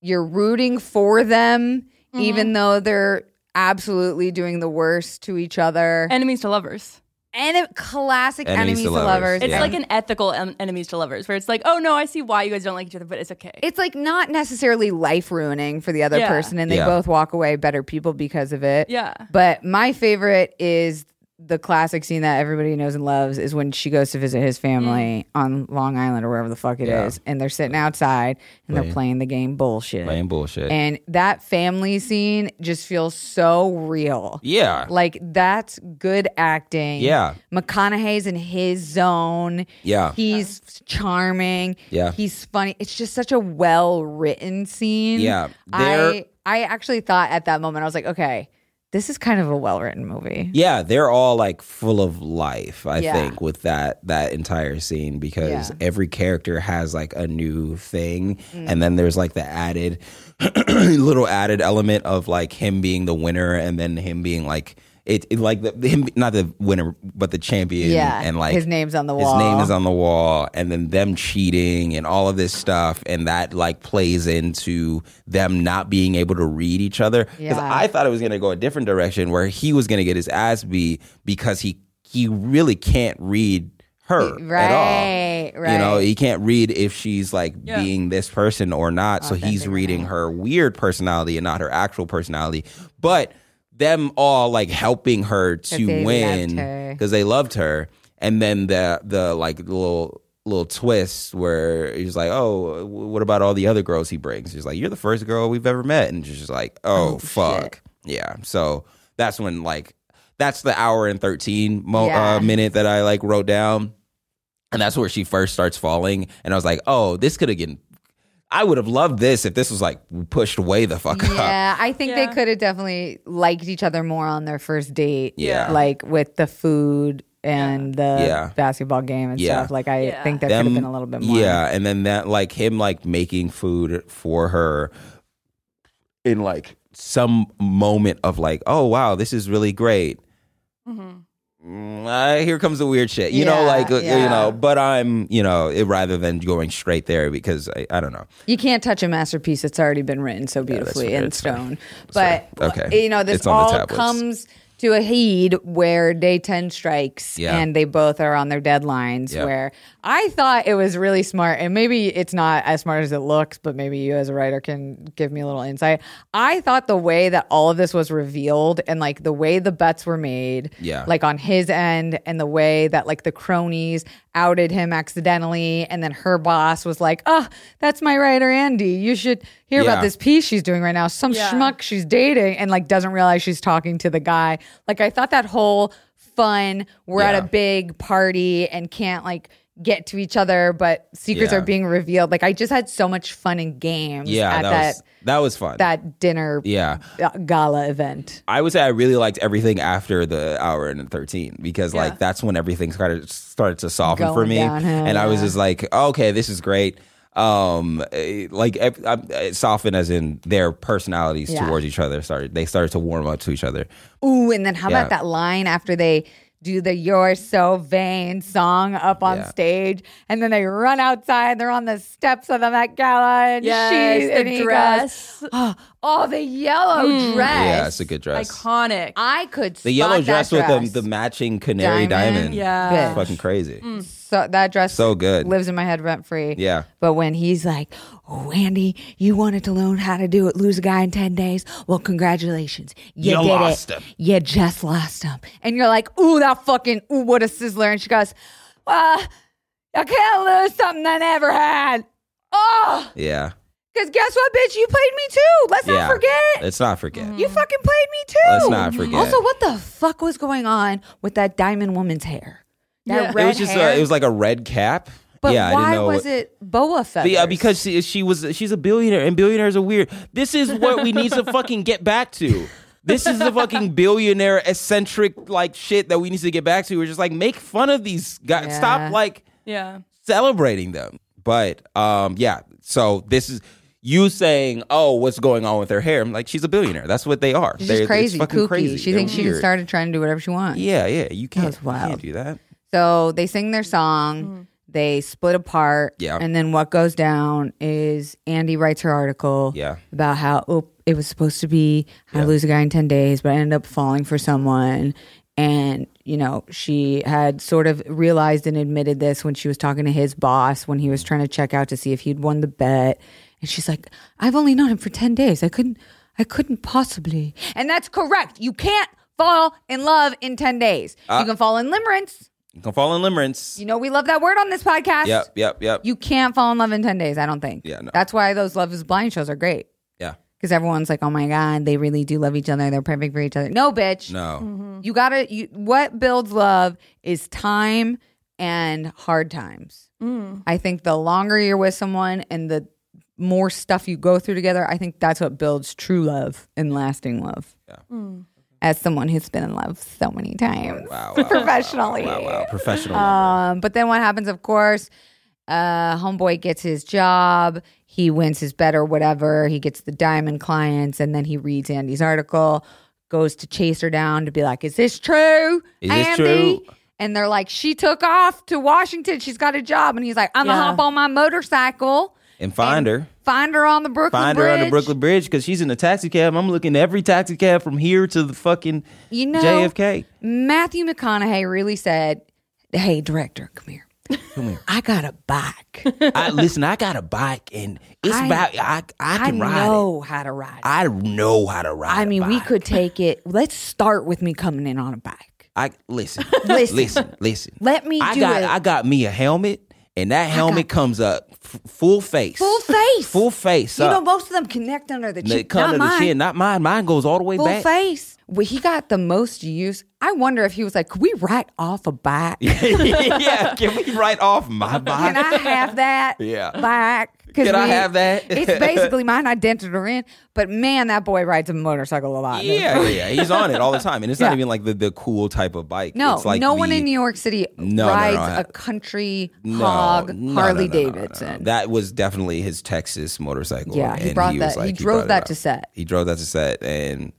Speaker 2: you're rooting for them, even though they're absolutely doing the worst to each other. And,
Speaker 4: Enemies to lovers.
Speaker 2: it, classic
Speaker 3: Enemies
Speaker 2: enemies,
Speaker 3: to
Speaker 2: to lovers.
Speaker 3: lovers,
Speaker 4: It's
Speaker 3: Yeah.
Speaker 4: like an ethical en- enemies to lovers, where it's like, oh no, I see why you guys don't like each other, but it's okay.
Speaker 2: it's like not necessarily life ruining for the other
Speaker 4: Yeah.
Speaker 2: person and they
Speaker 3: Yeah.
Speaker 2: both walk away better people because of it
Speaker 4: yeah,
Speaker 2: but my favorite is the classic scene that everybody knows and loves is when she goes to visit his family
Speaker 4: Mm.
Speaker 2: on long island or wherever the fuck it is,
Speaker 3: Yeah.
Speaker 2: and they're sitting outside and they're playing the game bullshit
Speaker 3: Lame bullshit.
Speaker 2: and that family scene just feels so real
Speaker 3: yeah,
Speaker 2: like that's good acting.
Speaker 3: Yeah.
Speaker 2: McConaughey's in his zone.
Speaker 3: Yeah.
Speaker 2: He's charming.
Speaker 3: Yeah.
Speaker 2: He's funny. It's just such a well written scene.
Speaker 3: Yeah. There-
Speaker 2: I I actually thought at that moment, I was like, okay, this is kind of a well written movie.
Speaker 3: Yeah, they're all like full of life, I
Speaker 2: Yeah.
Speaker 3: think, with that that entire scene because
Speaker 2: Yeah. Mm.
Speaker 3: every character has like a new thing and then there's like the added little added element of like him being the winner and then him being like it, it like the him not the winner but the champion
Speaker 2: Yeah,
Speaker 3: and like
Speaker 2: his name's on the
Speaker 3: His name
Speaker 2: wall.
Speaker 3: is on the wall and then them cheating and all of this stuff and that like plays into them not being able to read each other because
Speaker 2: Yeah.
Speaker 3: I thought it was going to go a different direction where he was going to get his ass beat because he he really can't read her
Speaker 2: Right,
Speaker 3: at all. You know,
Speaker 2: right.
Speaker 3: he can't read if she's like being this person or not. So he's reading her weird personality and not her actual personality. But them all like helping her to
Speaker 2: they
Speaker 3: win
Speaker 2: loved her.
Speaker 3: because they loved her. And then the the like little little twist where he's like, "Oh, w- what about all the other girls he brings?" He's like, "You're the first girl we've ever met," and she's just like, "Oh, fuck, yeah." So that's when like that's the hour and thirteen mo-
Speaker 2: Yeah.
Speaker 3: uh, minute that I like wrote down, and that's where she first starts falling, and I was like, "Oh, this could have gotten." I would have loved this if this was like pushed way the fuck up.
Speaker 2: Yeah, I think they
Speaker 4: Yeah.
Speaker 2: could have definitely liked each other more on their first date.
Speaker 3: Yeah.
Speaker 2: Like with the food and the
Speaker 3: Yeah.
Speaker 2: basketball game and
Speaker 3: Yeah.
Speaker 2: stuff. Like I
Speaker 4: Yeah.
Speaker 2: think there could have been a little bit more.
Speaker 3: Yeah, and then that like him like making food for her in like some moment of like, oh wow, this is really great. Mm, ah, here comes the weird shit, you know,
Speaker 2: Mm-hmm. Yeah,
Speaker 3: like uh, you
Speaker 2: yeah.
Speaker 3: know. But I'm, you know, it, rather than going straight there because I, I don't know.
Speaker 2: You can't touch a masterpiece that's already been written so beautifully
Speaker 3: fair.
Speaker 2: in
Speaker 3: It's fine.
Speaker 2: stone.
Speaker 3: It's
Speaker 2: But uh,
Speaker 3: fair. Okay.
Speaker 2: you know, this
Speaker 3: It's on the
Speaker 2: all
Speaker 3: tablets.
Speaker 2: comes to a heed where day 10 strikes
Speaker 3: Yeah.
Speaker 2: and they both are on their deadlines
Speaker 3: Yep.
Speaker 2: where i thought it was really smart and maybe it's not as smart as it looks but maybe you as a writer can give me a little insight i thought the way that all of this was revealed and like the way the bets were made
Speaker 3: Yeah.
Speaker 2: like on his end and the way that like the cronies outed him accidentally and then her boss was like oh that's my writer andy you should hear
Speaker 3: Yeah.
Speaker 2: about this piece she's doing right now some schmuck she's dating and like doesn't realize she's talking to the guy like i thought that whole fun we're
Speaker 3: Yeah.
Speaker 2: at a big party and can't like get to each other but secrets
Speaker 3: Yeah.
Speaker 2: are being revealed like i just had so much fun and games
Speaker 3: yeah,
Speaker 2: at
Speaker 3: that,
Speaker 2: that
Speaker 3: was that was fun.
Speaker 2: that dinner
Speaker 3: yeah.
Speaker 2: uh, gala event
Speaker 3: I would say I really liked everything after the hour and 13 because like that's when everything kind of started to soften
Speaker 2: Going
Speaker 3: for me
Speaker 2: downhill,
Speaker 3: and I was
Speaker 2: yeah.
Speaker 3: just like okay this is great um eh, like eh, I'm- eh, soften as in their personalities
Speaker 2: Yeah.
Speaker 3: towards each other started they started to warm up to each other
Speaker 2: Ooh, and then how
Speaker 3: Yeah.
Speaker 2: about that line after they do the You're So Vain song up on
Speaker 3: Yeah.
Speaker 2: stage and then they run outside, they're on the steps of the Met Gala and
Speaker 4: Yes,
Speaker 2: she
Speaker 4: the
Speaker 2: and he goes,
Speaker 4: dress. Hmm.
Speaker 2: oh, oh, the yellow dress.
Speaker 3: yeah it's a good dress
Speaker 4: Iconic.
Speaker 2: I could
Speaker 3: the yellow
Speaker 2: spot that
Speaker 3: dress, with
Speaker 2: dress.
Speaker 3: the, the matching canary diamond,
Speaker 2: Diamond. Mm.
Speaker 4: Yeah.
Speaker 2: Bitch.
Speaker 3: fucking crazy
Speaker 2: so that dress
Speaker 3: So good.
Speaker 2: lives in my head rent free.
Speaker 3: Yeah.
Speaker 2: But when he's like, "Oh, Andy, you wanted to learn how to do it, lose a guy in ten days. Well, congratulations, you,
Speaker 3: You
Speaker 2: did
Speaker 3: lost
Speaker 2: it.
Speaker 3: him."
Speaker 2: You just lost him." And you're like, "Ooh, that fucking ooh, what a sizzler!" And she goes, "Well, I can't lose something I never had." Oh,
Speaker 3: yeah
Speaker 2: because guess what, bitch? You played me too. Let's
Speaker 3: yeah
Speaker 2: not forget. Mm-hmm.
Speaker 3: let's not forget
Speaker 2: You fucking played me too.
Speaker 3: Let's not forget.
Speaker 2: Also, what the fuck was going on with that diamond woman's hair? That
Speaker 4: Yeah. It
Speaker 2: red
Speaker 3: it was just
Speaker 2: hair.
Speaker 3: A, it was like a red cap
Speaker 2: But
Speaker 3: yeah I
Speaker 2: why
Speaker 3: didn't know
Speaker 2: was it boa feathers?
Speaker 3: Yeah, uh, because she, she was she's a billionaire, and billionaires are weird. This is what we need to fucking get back to. This is the fucking billionaire eccentric like shit that we need to get back to. We're just like make fun of these guys.
Speaker 2: Yeah.
Speaker 3: Stop like
Speaker 4: yeah.
Speaker 3: celebrating them. But um, yeah, so this is you saying, "Oh, what's going on with her hair?" I'm like, she's a billionaire. That's what they are.
Speaker 2: she's
Speaker 3: They're-
Speaker 2: just
Speaker 3: it's
Speaker 2: crazy,
Speaker 3: fucking
Speaker 2: kooky.
Speaker 3: crazy.
Speaker 2: She
Speaker 3: They're
Speaker 2: thinks she
Speaker 3: weird.
Speaker 2: can start trying to do whatever she wants.
Speaker 3: Yeah, yeah, you can't.
Speaker 2: was wild.
Speaker 3: You can't do that.
Speaker 2: So they sing their song. They split apart.
Speaker 3: Yeah.
Speaker 2: And then what goes down is Andy writes her article
Speaker 3: Yeah.
Speaker 2: about how oh, it was supposed to be how to lose a guy in 10 days, but I ended up falling for someone. And, you know, she had sort of realized and admitted this when she was talking to his boss when he was trying to check out to see if he'd won the bet. And she's like, I've only known him for 10 days. I couldn't, I couldn't possibly. And that's correct. You can't fall in love in 10 days.
Speaker 3: Uh,
Speaker 2: you can fall in limerence.
Speaker 3: You can fall in limerence.
Speaker 2: You know, we love that word on this podcast.
Speaker 3: Yep, yep, yep.
Speaker 2: You can't fall in love in 10 days, I don't think.
Speaker 3: Yeah, no.
Speaker 2: That's why those Love is Blind shows are great.
Speaker 3: yeah,
Speaker 2: Because everyone's like, oh my God, they really do love each other. They're perfect for each other. No, bitch.
Speaker 3: no.
Speaker 2: You gotta, you, what builds love is time and hard times. I think the longer you're with someone and the more stuff you go through together, I think that's what builds true love and lasting love.
Speaker 3: Yeah.
Speaker 2: As someone who's been in love so many times
Speaker 3: Wow, wow,
Speaker 2: professionally.
Speaker 3: wow, wow. Professional.
Speaker 2: Um, but then what happens, of course, uh, homeboy gets his job. He wins his bet or whatever. He gets the diamond clients, and then he reads Andy's article, goes to chase her down to be like, "Is this true,
Speaker 3: Is this
Speaker 2: Andy?"
Speaker 3: true?
Speaker 2: And they're like, "She took off to Washington. She's got a job." And he's like, "I'm gonna
Speaker 4: Yeah.
Speaker 2: hop on my motorcycle,
Speaker 3: and find her.
Speaker 2: find her on the Brooklyn
Speaker 3: Find
Speaker 2: Bridge.
Speaker 3: her on the Brooklyn Bridge because she's in a taxi cab. I'm looking every taxi cab from here to the fucking
Speaker 2: You know,
Speaker 3: JFK.
Speaker 2: Matthew McConaughey really said, "Hey, director, come here. Come here. I got a bike."
Speaker 3: I listen. I got a bike and it's
Speaker 2: I-
Speaker 3: about I I
Speaker 2: I
Speaker 3: can ride. It.
Speaker 2: know how to ride. it.
Speaker 3: I know how to ride.
Speaker 2: I
Speaker 3: a
Speaker 2: mean, we
Speaker 3: bike.
Speaker 2: could take it. Let's start with me coming in on a bike.
Speaker 3: I listen.
Speaker 2: Listen.
Speaker 3: listen. Listen.
Speaker 2: Let me
Speaker 3: I
Speaker 2: do
Speaker 3: got
Speaker 2: it.
Speaker 3: I got me a helmet and that helmet comes up f- full face.
Speaker 2: Full face.
Speaker 3: Full face.
Speaker 2: You know,
Speaker 3: up.
Speaker 2: most of them connect under the
Speaker 3: And it
Speaker 2: chin.
Speaker 3: come
Speaker 2: Not
Speaker 3: to the
Speaker 2: mine.
Speaker 3: chin, not mine. Mine goes all the way
Speaker 2: Full
Speaker 3: back.
Speaker 2: face. Well, he got the most use. I wonder if he was like, could we write off a bike?
Speaker 3: yeah, can we write off my bike?
Speaker 2: Can I have that
Speaker 3: Yeah.
Speaker 2: bike? 'Cause
Speaker 3: Can I have that?
Speaker 2: it's basically mine identical in. But man, that boy rides a motorcycle a lot.
Speaker 3: Yeah, yeah, yeah. He's on it all the time, and it's
Speaker 2: Yeah.
Speaker 3: not even like the, the cool type of bike.
Speaker 2: No,
Speaker 3: it's like
Speaker 2: no one
Speaker 3: the-
Speaker 2: in New York City
Speaker 3: No, no, no,
Speaker 2: rides
Speaker 3: I-
Speaker 2: a country
Speaker 3: No,
Speaker 2: hog
Speaker 3: no, no,
Speaker 2: Harley
Speaker 3: no, no, no, no.
Speaker 2: Davidson.
Speaker 3: That was definitely his Texas motorcycle.
Speaker 2: Yeah, he
Speaker 3: and
Speaker 2: brought
Speaker 3: was
Speaker 2: that-
Speaker 3: like-
Speaker 2: he drove
Speaker 3: brought it
Speaker 2: that
Speaker 3: up.
Speaker 2: to set.
Speaker 3: He drove that to set, and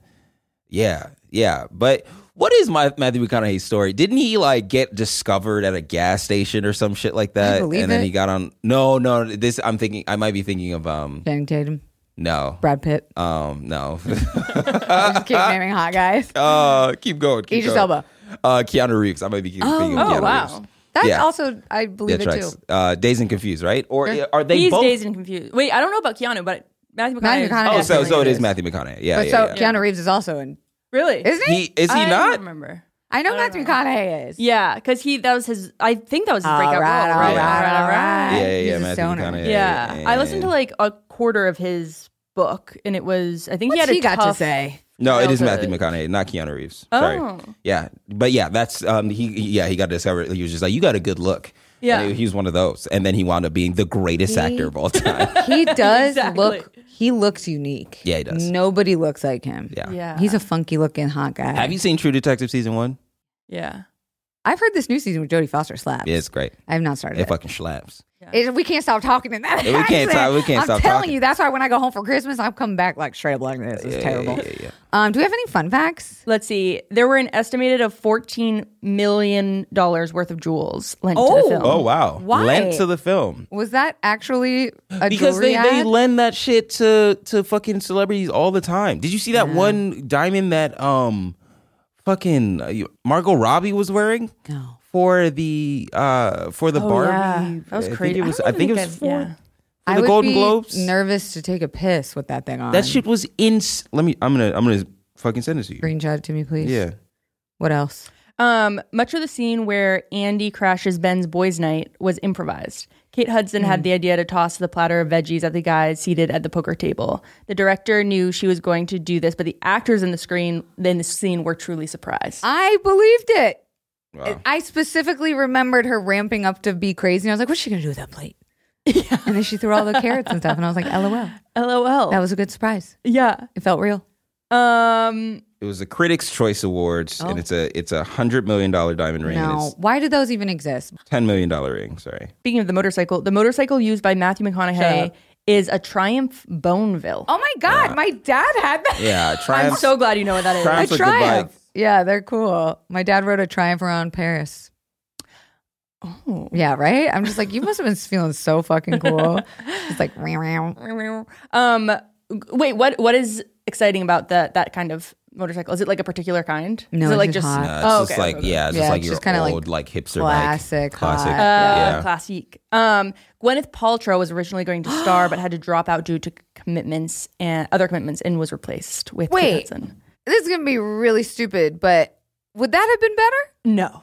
Speaker 3: yeah, yeah. But what is my Matthew McConaughey's story? Didn't he like get discovered at a gas station or some shit like that?
Speaker 2: believe
Speaker 3: and then
Speaker 2: it.
Speaker 3: he got on. No, no. This I'm thinking. I might be thinking of um.
Speaker 2: Channing Tatum.
Speaker 3: No.
Speaker 2: Brad Pitt.
Speaker 3: Um, no.
Speaker 2: Just keep naming hot guys.
Speaker 3: uh, keep going. Keep
Speaker 2: Idris
Speaker 3: going.
Speaker 2: Elba.
Speaker 3: Uh, Keanu Reeves. I might be keep- thinking of
Speaker 4: Oh,
Speaker 3: Keanu
Speaker 4: wow.
Speaker 3: Reeves.
Speaker 2: That's
Speaker 3: yeah.
Speaker 2: also I
Speaker 3: Yeah,
Speaker 2: believe it
Speaker 3: tracks.
Speaker 2: too.
Speaker 3: Uh, Dazed and Confused, right? Or uh, are they
Speaker 4: He's
Speaker 3: both?
Speaker 4: dazed and confused. Wait, I don't know about Keanu, but Matthew McConaughey.
Speaker 2: Matthew McConaughey
Speaker 3: oh,
Speaker 2: Yeah,
Speaker 3: so
Speaker 2: definitely
Speaker 3: so it
Speaker 2: it
Speaker 3: is Matthew McConaughey.
Speaker 4: Oh,
Speaker 3: Yeah,
Speaker 2: But
Speaker 3: yeah,
Speaker 2: so
Speaker 3: yeah.
Speaker 2: Keanu Reeves is also in,
Speaker 4: really?
Speaker 2: isn't he?
Speaker 3: He is he
Speaker 4: I
Speaker 3: not?
Speaker 4: don't remember.
Speaker 2: I know Matthew McConaughey is.
Speaker 4: Yeah, because he that was his. I think that was his
Speaker 2: All
Speaker 4: breakout
Speaker 2: right,
Speaker 4: role.
Speaker 2: all
Speaker 4: right?
Speaker 2: right, all
Speaker 3: Yeah,
Speaker 2: right.
Speaker 3: yeah,
Speaker 2: He's
Speaker 3: yeah.
Speaker 2: a
Speaker 3: Matthew
Speaker 2: stoner.
Speaker 3: McConaughey.
Speaker 4: Yeah. I listened to
Speaker 3: yeah.
Speaker 4: like a quarter of his book, and it was. I think
Speaker 2: What's
Speaker 4: he had a
Speaker 2: he got to
Speaker 4: tough-
Speaker 2: say?
Speaker 3: No, it is
Speaker 4: Delta.
Speaker 3: Matthew McConaughey, not Keanu Reeves. Sorry.
Speaker 4: Oh.
Speaker 3: Yeah, but yeah, that's um, he. he- Yeah, he got discovered. He was just like, "You got a good look."
Speaker 4: Yeah.
Speaker 3: and he, he was one of those, and then he wound up being the greatest actor of all time.
Speaker 2: He does
Speaker 4: Exactly.
Speaker 2: look. He looks unique.
Speaker 3: Yeah, he does.
Speaker 2: Nobody looks like him.
Speaker 3: Yeah.
Speaker 4: Yeah.
Speaker 2: He's a funky looking hot guy.
Speaker 3: Have you seen True Detective season one?
Speaker 4: Yeah.
Speaker 2: I've heard this new season with Jodie Foster slaps.
Speaker 3: Yeah, it's great.
Speaker 2: I have not started.
Speaker 3: It
Speaker 2: It
Speaker 3: fucking slaps.
Speaker 2: It- we can't stop talking in that.
Speaker 3: Yeah, we can't
Speaker 2: accent.
Speaker 3: stop- we can't
Speaker 2: I'm
Speaker 3: stop
Speaker 2: telling
Speaker 3: talking.
Speaker 2: you, that's why when I go home for Christmas, I'm coming back like straight up like this. It's terrible.
Speaker 3: yeah, yeah.
Speaker 2: Um, do we have any fun facts?
Speaker 4: Let's see. There were an estimated of fourteen million dollars worth of jewels lent to
Speaker 2: Oh.
Speaker 4: the film.
Speaker 3: Oh wow!
Speaker 2: Why?
Speaker 3: Lent to the film
Speaker 2: Was that actually a
Speaker 3: because
Speaker 2: jewelry
Speaker 3: they, they
Speaker 2: ad?
Speaker 3: lend that shit to to fucking celebrities all the time. Did you see that one diamond that um fucking uh, you- Margot Robbie was wearing?
Speaker 2: No.
Speaker 3: For the uh for the Barbie,
Speaker 4: Oh, yeah. That was
Speaker 3: I think
Speaker 4: crazy.
Speaker 3: it
Speaker 4: I
Speaker 3: was-
Speaker 4: don't
Speaker 3: I think it
Speaker 4: think
Speaker 3: was
Speaker 4: I've-
Speaker 3: for
Speaker 4: yeah.
Speaker 3: for
Speaker 2: I
Speaker 3: the
Speaker 2: would
Speaker 3: Golden
Speaker 2: be
Speaker 3: Globes.
Speaker 2: Nervous to take a piss with that thing on.
Speaker 3: That shit was ins. Let me. I'm gonna. I'm gonna fucking send it to you.
Speaker 2: Screenshot it to me, please.
Speaker 3: Yeah.
Speaker 2: What else?
Speaker 4: Um, much of the scene where Andy crashes Ben's boys' night was improvised. Kate Hudson had the idea to toss the platter of veggies at the guys seated at the poker table. The director knew she was going to do this, but the actors in the screen in the scene were truly surprised.
Speaker 2: I believed it.
Speaker 3: Wow.
Speaker 2: I specifically remembered her ramping up to be crazy. And I was like, what's she going to do with that plate? And then she threw all the carrots and stuff. And I was like, LOL.
Speaker 4: Uh, LOL.
Speaker 2: That was a good surprise.
Speaker 4: yeah.
Speaker 2: It felt real.
Speaker 4: Um,
Speaker 3: It was the Critics' Choice Awards,
Speaker 4: Oh.
Speaker 3: and it's a it's a hundred million dollar diamond ring. and
Speaker 2: No.
Speaker 3: It's
Speaker 2: Why do those even exist?
Speaker 3: ten million dollar ring. Sorry.
Speaker 4: speaking of the motorcycle, the motorcycle used by Matthew McConaughey is a Triumph Boneville.
Speaker 2: Oh my God. My dad had that.
Speaker 3: Yeah.
Speaker 4: I'm
Speaker 3: Triumph.
Speaker 4: so glad you know what that is.
Speaker 3: Triumphs
Speaker 2: a
Speaker 3: are good
Speaker 2: triumph.
Speaker 3: bikes.
Speaker 2: Yeah, they're cool. My dad rode a triumph around Paris. Oh. Yeah, right? I'm just like, you must have been feeling so fucking cool. It's like, meow, meow.
Speaker 4: Um, g- wait, what what is exciting about that that kind of motorcycle? Is it like a particular kind?
Speaker 2: No,
Speaker 4: is it
Speaker 2: it's
Speaker 4: like
Speaker 2: just hot.
Speaker 3: Nah, it's
Speaker 4: Oh,
Speaker 3: just
Speaker 4: okay,
Speaker 3: like
Speaker 4: okay.
Speaker 3: yeah, it's
Speaker 2: Yeah,
Speaker 3: just like
Speaker 2: it's
Speaker 3: your
Speaker 2: just kinda like
Speaker 3: old like, hipster
Speaker 2: classic,
Speaker 3: bike. classic.
Speaker 2: hot.
Speaker 4: uh,
Speaker 3: yeah.
Speaker 4: classique. Um, Gwyneth Paltrow was originally going to star, but had to drop out due to commitments and other commitments, and was replaced with Kate
Speaker 2: Wait.
Speaker 4: Hudson.
Speaker 2: This is going to be really stupid, but would that have been better?
Speaker 4: No,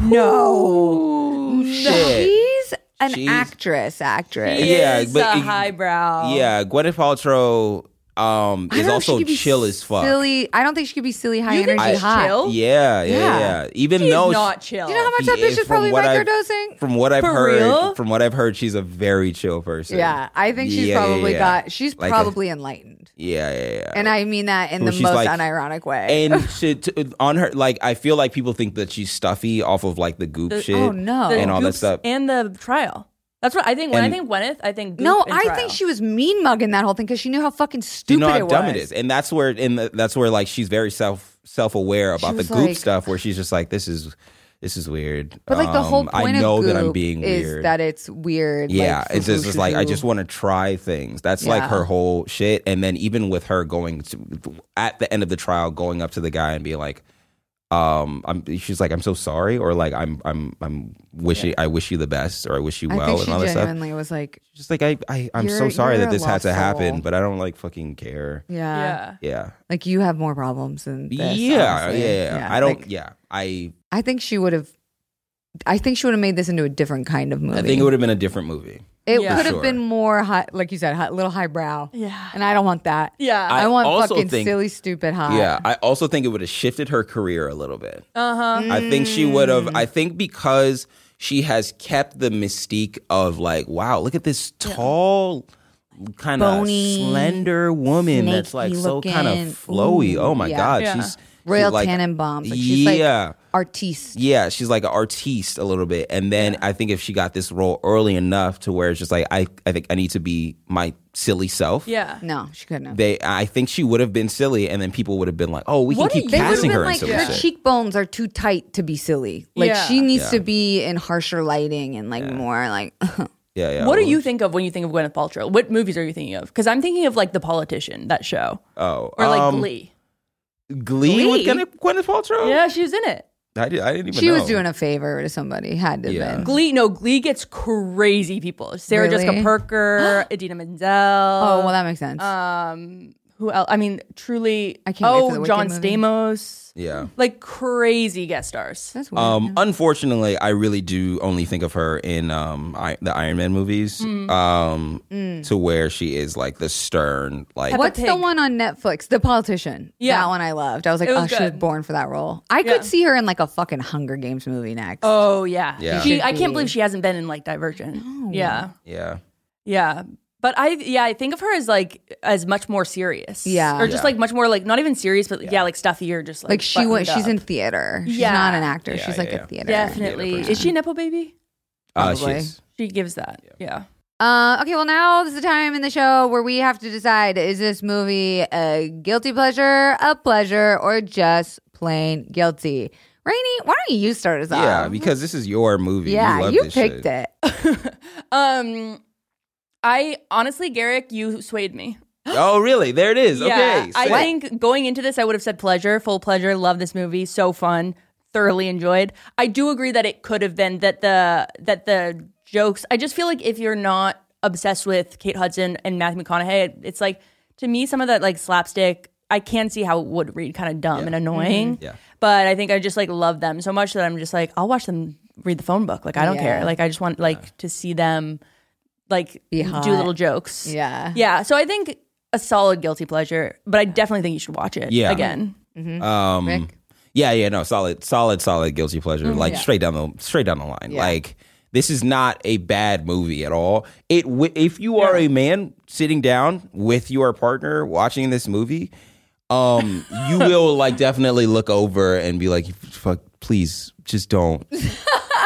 Speaker 4: no,
Speaker 3: Ooh, shit.
Speaker 2: She's an
Speaker 3: She's-
Speaker 2: actress, actress.
Speaker 4: She
Speaker 3: Yeah,
Speaker 4: is
Speaker 3: but
Speaker 4: a
Speaker 3: it-
Speaker 4: highbrow.
Speaker 3: Yeah, Gwyneth Paltrow um,
Speaker 2: I
Speaker 3: is
Speaker 2: don't know if
Speaker 3: also
Speaker 2: she could be
Speaker 3: chill as fuck.
Speaker 2: Silly. I don't think she could be silly, high
Speaker 4: You think
Speaker 2: energy,
Speaker 4: she's
Speaker 2: hot.
Speaker 4: chill?
Speaker 3: Yeah, yeah,
Speaker 2: Yeah.
Speaker 3: yeah, Even
Speaker 4: she's
Speaker 3: though
Speaker 4: not chill.
Speaker 2: Do you know how much
Speaker 3: she
Speaker 2: that bitch
Speaker 3: is,
Speaker 2: is probably
Speaker 3: from what I've-
Speaker 2: microdosing?
Speaker 3: from what I've
Speaker 4: For
Speaker 3: heard,
Speaker 4: real?
Speaker 3: from what I've heard, she's a very chill person.
Speaker 2: Yeah, I think she's
Speaker 3: Yeah, yeah,
Speaker 2: probably
Speaker 3: yeah.
Speaker 2: got. She's
Speaker 3: Like a-
Speaker 2: probably enlightened,
Speaker 3: Yeah, yeah, yeah.
Speaker 2: and I mean that in
Speaker 3: Who
Speaker 2: the
Speaker 3: she's
Speaker 2: most
Speaker 3: like-
Speaker 2: unironic way.
Speaker 3: and she, t- on her like I feel like people think that she's stuffy off of like the goop shit.
Speaker 2: oh, no.
Speaker 4: The
Speaker 3: and all that
Speaker 4: Goops
Speaker 3: stuff.
Speaker 4: and the trial. That's what I think. When
Speaker 3: And-
Speaker 4: I think Gwyneth, I think Goop
Speaker 2: no,
Speaker 4: and
Speaker 2: I
Speaker 4: trial.
Speaker 2: think she was mean mugging that whole thing because she knew how fucking stupid
Speaker 3: you know how
Speaker 2: it was.
Speaker 3: dumb it is, and that's where and the, that's where like she's very self self aware about the
Speaker 2: was
Speaker 3: goop
Speaker 2: like-
Speaker 3: stuff, where she's just like, this is this is weird.
Speaker 2: But like the whole
Speaker 3: Um,
Speaker 2: point
Speaker 3: I know
Speaker 2: of
Speaker 3: that I'm
Speaker 2: Goop
Speaker 3: being
Speaker 2: is
Speaker 3: weird.
Speaker 2: that it's weird.
Speaker 3: yeah,
Speaker 2: like,
Speaker 3: it's just
Speaker 2: foo-foo,
Speaker 3: it's like I
Speaker 2: shoo-shoo.
Speaker 3: just want to try things. That's like
Speaker 2: Yeah.
Speaker 3: her whole shit. And then even with her going to, at the end of the trial, going up to the guy and being like, um, I'm, she's like, I'm so sorry, or like, I'm, I'm, I'm wishing, I wish you the best, or I wish you
Speaker 2: I
Speaker 3: well,
Speaker 2: think
Speaker 3: and
Speaker 2: she
Speaker 3: all that stuff.
Speaker 2: genuinely was like,
Speaker 3: Just like I, I I'm so
Speaker 2: You're-
Speaker 3: sorry
Speaker 2: you're
Speaker 3: that
Speaker 2: a
Speaker 3: this had to
Speaker 2: lost
Speaker 3: happen,
Speaker 2: soul.
Speaker 3: but I don't like fucking care.
Speaker 2: yeah,
Speaker 4: Yeah.
Speaker 3: Yeah,
Speaker 2: like you have more problems than this,
Speaker 3: yeah, yeah,
Speaker 2: honestly.
Speaker 3: yeah. I don't.
Speaker 2: like,
Speaker 3: yeah, I.
Speaker 2: I think she would have. I think she would have made this into a different kind of movie.
Speaker 3: I think it would have been a different movie.
Speaker 2: It
Speaker 4: Yeah.
Speaker 2: could have
Speaker 3: Sure.
Speaker 2: been more high, like you said, high, little highbrow.
Speaker 4: Yeah.
Speaker 2: And I don't want that.
Speaker 4: Yeah.
Speaker 2: I,
Speaker 3: I
Speaker 2: want
Speaker 3: also
Speaker 2: fucking
Speaker 3: think-
Speaker 2: silly, stupid high.
Speaker 3: Yeah, I also think it would have shifted her career a little bit.
Speaker 4: Uh huh.
Speaker 3: I think she would have.
Speaker 2: Mm.
Speaker 3: I think because she has kept the mystique of like, wow, look at this tall, kind of
Speaker 2: Bony,
Speaker 3: slender woman that's like so kind
Speaker 2: snaky-looking.
Speaker 3: of flowy.
Speaker 2: Ooh,
Speaker 3: oh my
Speaker 2: yeah.
Speaker 3: god,
Speaker 4: Yeah.
Speaker 3: she's
Speaker 2: Royal
Speaker 3: she's like,
Speaker 2: Tannenbaum. Like she's like
Speaker 3: yeah.
Speaker 2: artiste.
Speaker 3: yeah, she's like an artiste a little bit, and then I think if she got this role early enough to where it's just like I, I think I need to be my silly self.
Speaker 4: Yeah.
Speaker 2: No, she couldn't have.
Speaker 3: they, I think she would have been silly, and then people would have been like, "Oh, we
Speaker 4: What
Speaker 3: can
Speaker 4: do
Speaker 3: keep
Speaker 4: you- they would've
Speaker 3: casting
Speaker 2: been
Speaker 3: her in
Speaker 2: like
Speaker 3: silly
Speaker 2: her
Speaker 3: shit."
Speaker 2: cheekbones are too tight to be silly. Like
Speaker 4: Yeah.
Speaker 2: she needs to be in harsher lighting and like more like
Speaker 3: Yeah, yeah.
Speaker 4: what do
Speaker 3: well,
Speaker 4: you think of when you think of Gwyneth Paltrow? What movies are you thinking of? Because I'm thinking of like The Politician, that show,
Speaker 3: Oh,
Speaker 4: or like
Speaker 3: um,
Speaker 4: Glee.
Speaker 3: Glee, with
Speaker 2: Glee?
Speaker 3: Gwyneth, Gwyneth Paltrow.
Speaker 4: Yeah, she was in it.
Speaker 3: I, did, I didn't even.
Speaker 2: She
Speaker 3: know.
Speaker 2: was doing a favor to somebody. Had to
Speaker 3: Yeah.
Speaker 2: have been.
Speaker 4: Glee, no, Glee gets crazy people. Sarah
Speaker 2: Really?
Speaker 4: Jessica Parker, Idina Menzel.
Speaker 2: Oh well, that makes sense.
Speaker 4: Um, who else? I mean, truly.
Speaker 2: I can't wait
Speaker 4: oh,
Speaker 2: for the Wicked
Speaker 4: John
Speaker 2: movie.
Speaker 4: Stamos.
Speaker 3: Yeah.
Speaker 4: Like crazy guest stars.
Speaker 2: That's weird.
Speaker 3: Um, unfortunately, I really do only think of her in um I, the Iron Man movies,
Speaker 4: Mm.
Speaker 3: um, to where she is like the stern, like
Speaker 2: What's the
Speaker 4: Pig.
Speaker 2: one on Netflix? The Politician.
Speaker 4: Yeah.
Speaker 2: that one I loved. I was like,
Speaker 4: It was
Speaker 2: oh, she was
Speaker 4: good.
Speaker 2: born for that role. I
Speaker 4: Yeah.
Speaker 2: could see her in like a fucking Hunger Games movie next.
Speaker 4: Oh yeah.
Speaker 3: Yeah.
Speaker 4: She, I
Speaker 2: Should
Speaker 4: can't
Speaker 2: be.
Speaker 4: believe she hasn't been in like Divergent. Yeah.
Speaker 3: yeah,
Speaker 4: Yeah. But I yeah, I think of her as like as much more serious.
Speaker 2: Yeah.
Speaker 4: Or just
Speaker 3: Yeah.
Speaker 4: like much more like not even serious, but yeah, like stuffy or just like
Speaker 2: like she was.
Speaker 4: buttoned
Speaker 2: She's
Speaker 4: up.
Speaker 2: in theater. She's
Speaker 4: Yeah.
Speaker 2: not an actor.
Speaker 3: Yeah,
Speaker 2: she's
Speaker 3: yeah,
Speaker 2: like
Speaker 3: yeah.
Speaker 2: a theater.
Speaker 4: Definitely.
Speaker 3: Yeah.
Speaker 4: Is she a Nepo baby?
Speaker 3: uh,
Speaker 2: Probably.
Speaker 3: she's
Speaker 4: She gives that. Yeah.
Speaker 2: Uh, okay, well, now this is the time in the show where we have to decide is this movie a guilty pleasure, a pleasure, or just plain guilty? Rainey, why don't you start us off?
Speaker 3: yeah, because this is your movie.
Speaker 2: Mm-hmm. Yeah,
Speaker 3: you, love
Speaker 2: you
Speaker 3: this
Speaker 2: picked
Speaker 3: shit.
Speaker 2: it.
Speaker 4: Um I honestly, Garrick, you swayed me.
Speaker 3: Oh, really? There it is. okay,
Speaker 4: I
Speaker 3: sick.
Speaker 4: think going into this, I would have said pleasure, full pleasure. Love this movie, so fun, thoroughly enjoyed. I do agree that it could have been that the that the jokes. I just feel like if you're not obsessed with Kate Hudson and Matthew McConaughey, it- it's like to me some of that like slapstick. I can see how it would read kind of dumb and annoying.
Speaker 3: Yeah.
Speaker 4: But I think I just like love them so much that I'm just like I'll watch them read the phone book. Like I don't care. Like I just want like to see them like
Speaker 2: Be hot.
Speaker 4: do little jokes.
Speaker 2: Yeah.
Speaker 4: Yeah. So I think a solid guilty pleasure, but I definitely think you should watch it
Speaker 3: Yeah.
Speaker 4: again.
Speaker 3: Um,
Speaker 2: Rick?
Speaker 3: Yeah, yeah, no, solid, solid, solid guilty pleasure.
Speaker 2: Mm-hmm.
Speaker 3: Like straight down the straight down the line. Like this is not a bad movie at all. It w- if you are a man sitting down with your partner watching this movie, um, you will like definitely look over and be like, "Fuck, please, just don't,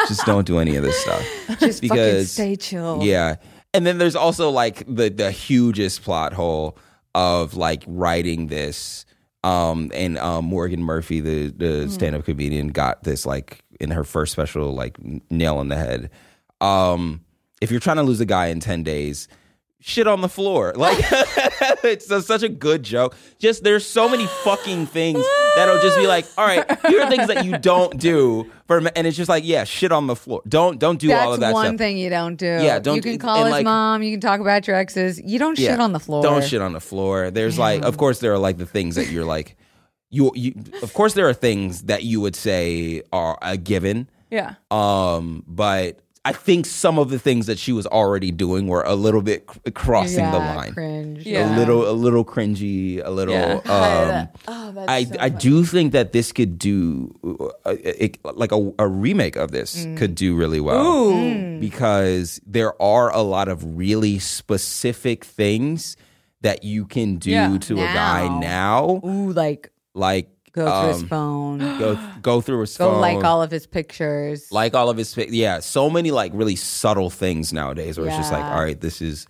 Speaker 3: just don't do any of this stuff."
Speaker 2: Just fucking
Speaker 3: Because-
Speaker 2: stay chill.
Speaker 3: Yeah. And then there's also like the the hugest plot hole of like writing this. Um and um Morgan Murphy, the
Speaker 2: Mm.
Speaker 3: the stand up comedian, got this like in her first special like n- nail on the head. Um if you're trying to lose a guy in ten days, shit on the floor. Like it's a- such a good joke. Just there's so many fucking things that'll just be like, all right, here are things that you don't do for men. and it's just like, yeah, shit on the floor. Don't don't do
Speaker 2: That's
Speaker 3: all of that
Speaker 2: one
Speaker 3: stuff.
Speaker 2: thing you don't do.
Speaker 3: Yeah, don't
Speaker 2: You can
Speaker 3: do-
Speaker 2: call
Speaker 3: and,
Speaker 2: his
Speaker 3: like-
Speaker 2: mom. You can talk about your exes. You don't shit
Speaker 3: Yeah.
Speaker 2: on the floor.
Speaker 3: Don't shit on the floor. There's like, of course, there are like the things that you're like, you, you. Of course, there are things that you would say are a given.
Speaker 4: Yeah.
Speaker 3: Um, but I think some of the things that she was already doing were a little bit c- crossing
Speaker 2: yeah,
Speaker 3: the line.
Speaker 2: Cringe.
Speaker 4: Yeah.
Speaker 3: A little, a little cringy, a little.
Speaker 4: Yeah.
Speaker 3: Um,
Speaker 2: Oh,
Speaker 3: I, I do think that this could do, uh, it, like a, a remake of this
Speaker 2: Mm.
Speaker 3: could do really well
Speaker 4: Ooh.
Speaker 3: because there are a lot of really specific things that you can do
Speaker 4: Yeah.
Speaker 3: to a
Speaker 2: Now.
Speaker 3: guy now,
Speaker 2: Ooh, like
Speaker 3: like
Speaker 2: go through his
Speaker 3: um,
Speaker 2: phone.
Speaker 3: go go through his
Speaker 2: Go
Speaker 3: phone,
Speaker 2: like all of his pictures.
Speaker 3: like all of his, pic- yeah, so many like really subtle things nowadays where it's just like,
Speaker 2: Yeah.
Speaker 3: all right, this is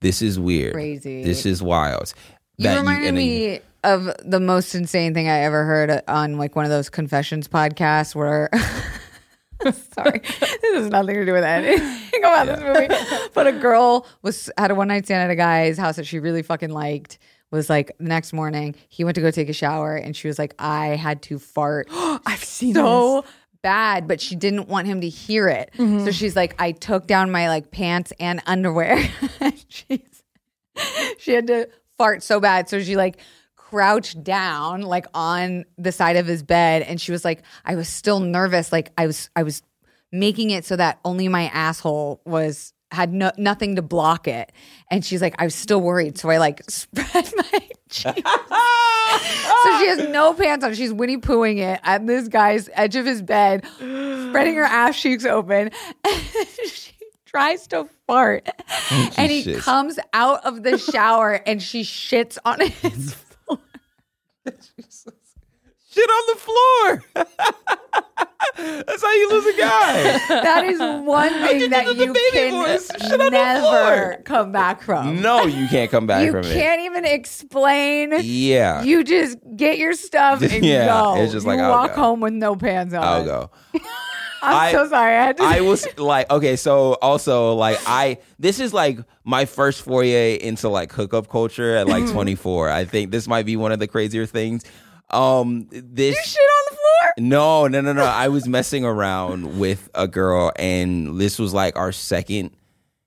Speaker 3: this is weird,
Speaker 2: Crazy.
Speaker 3: this is wild.
Speaker 2: You
Speaker 3: That
Speaker 2: reminded
Speaker 3: and then you-
Speaker 2: me of the most insane thing I ever heard on like one of those confessions podcasts where. Sorry, this has nothing to do with anything about this movie. But a girl was had a one night stand at a guy's house that she really fucking liked. Was like the next morning, he went to go take a shower, and she was like, "I had to fart."
Speaker 4: I've seen
Speaker 2: so bad, but she didn't want him to hear it. So she's like, I took down my like pants and underwear. she's she had to fart so bad. So she like crouched down like on the side of his bed and she was like, I was still nervous. Like I was I was making it so that only my asshole was had no, nothing to block it. And she's like, I was still worried. So I like spread my cheeks. So she has
Speaker 3: Ah!
Speaker 2: no pants on. She's Winnie pooing it at this guy's edge of his bed, spreading her ass cheeks open. she tries to fart, and he
Speaker 3: Jesus.
Speaker 2: comes out of the shower and she shits on his floor.
Speaker 3: shit on the floor. That's how you lose a guy.
Speaker 2: That is one thing that
Speaker 3: did the
Speaker 2: you
Speaker 3: baby
Speaker 2: can
Speaker 3: voice. Shit on the
Speaker 2: never
Speaker 3: floor.
Speaker 2: come back from.
Speaker 3: no, you can't come back
Speaker 2: you
Speaker 3: from
Speaker 2: can't even explain.
Speaker 3: it. Yeah,
Speaker 2: You just get your stuff and
Speaker 3: Yeah,
Speaker 2: go.
Speaker 3: it's just like,
Speaker 2: you
Speaker 3: I'll
Speaker 2: walk
Speaker 3: go.
Speaker 2: home with no pants on.
Speaker 3: I'll go.
Speaker 2: I'm so sorry. I had to-
Speaker 3: I was like, okay, so also like I this is like my first foray into like hookup culture at like 24. I think this might be one of the crazier things. Um, this
Speaker 2: shit on the floor.
Speaker 3: no, no, no, no. I was messing around with a girl, and this was like our second,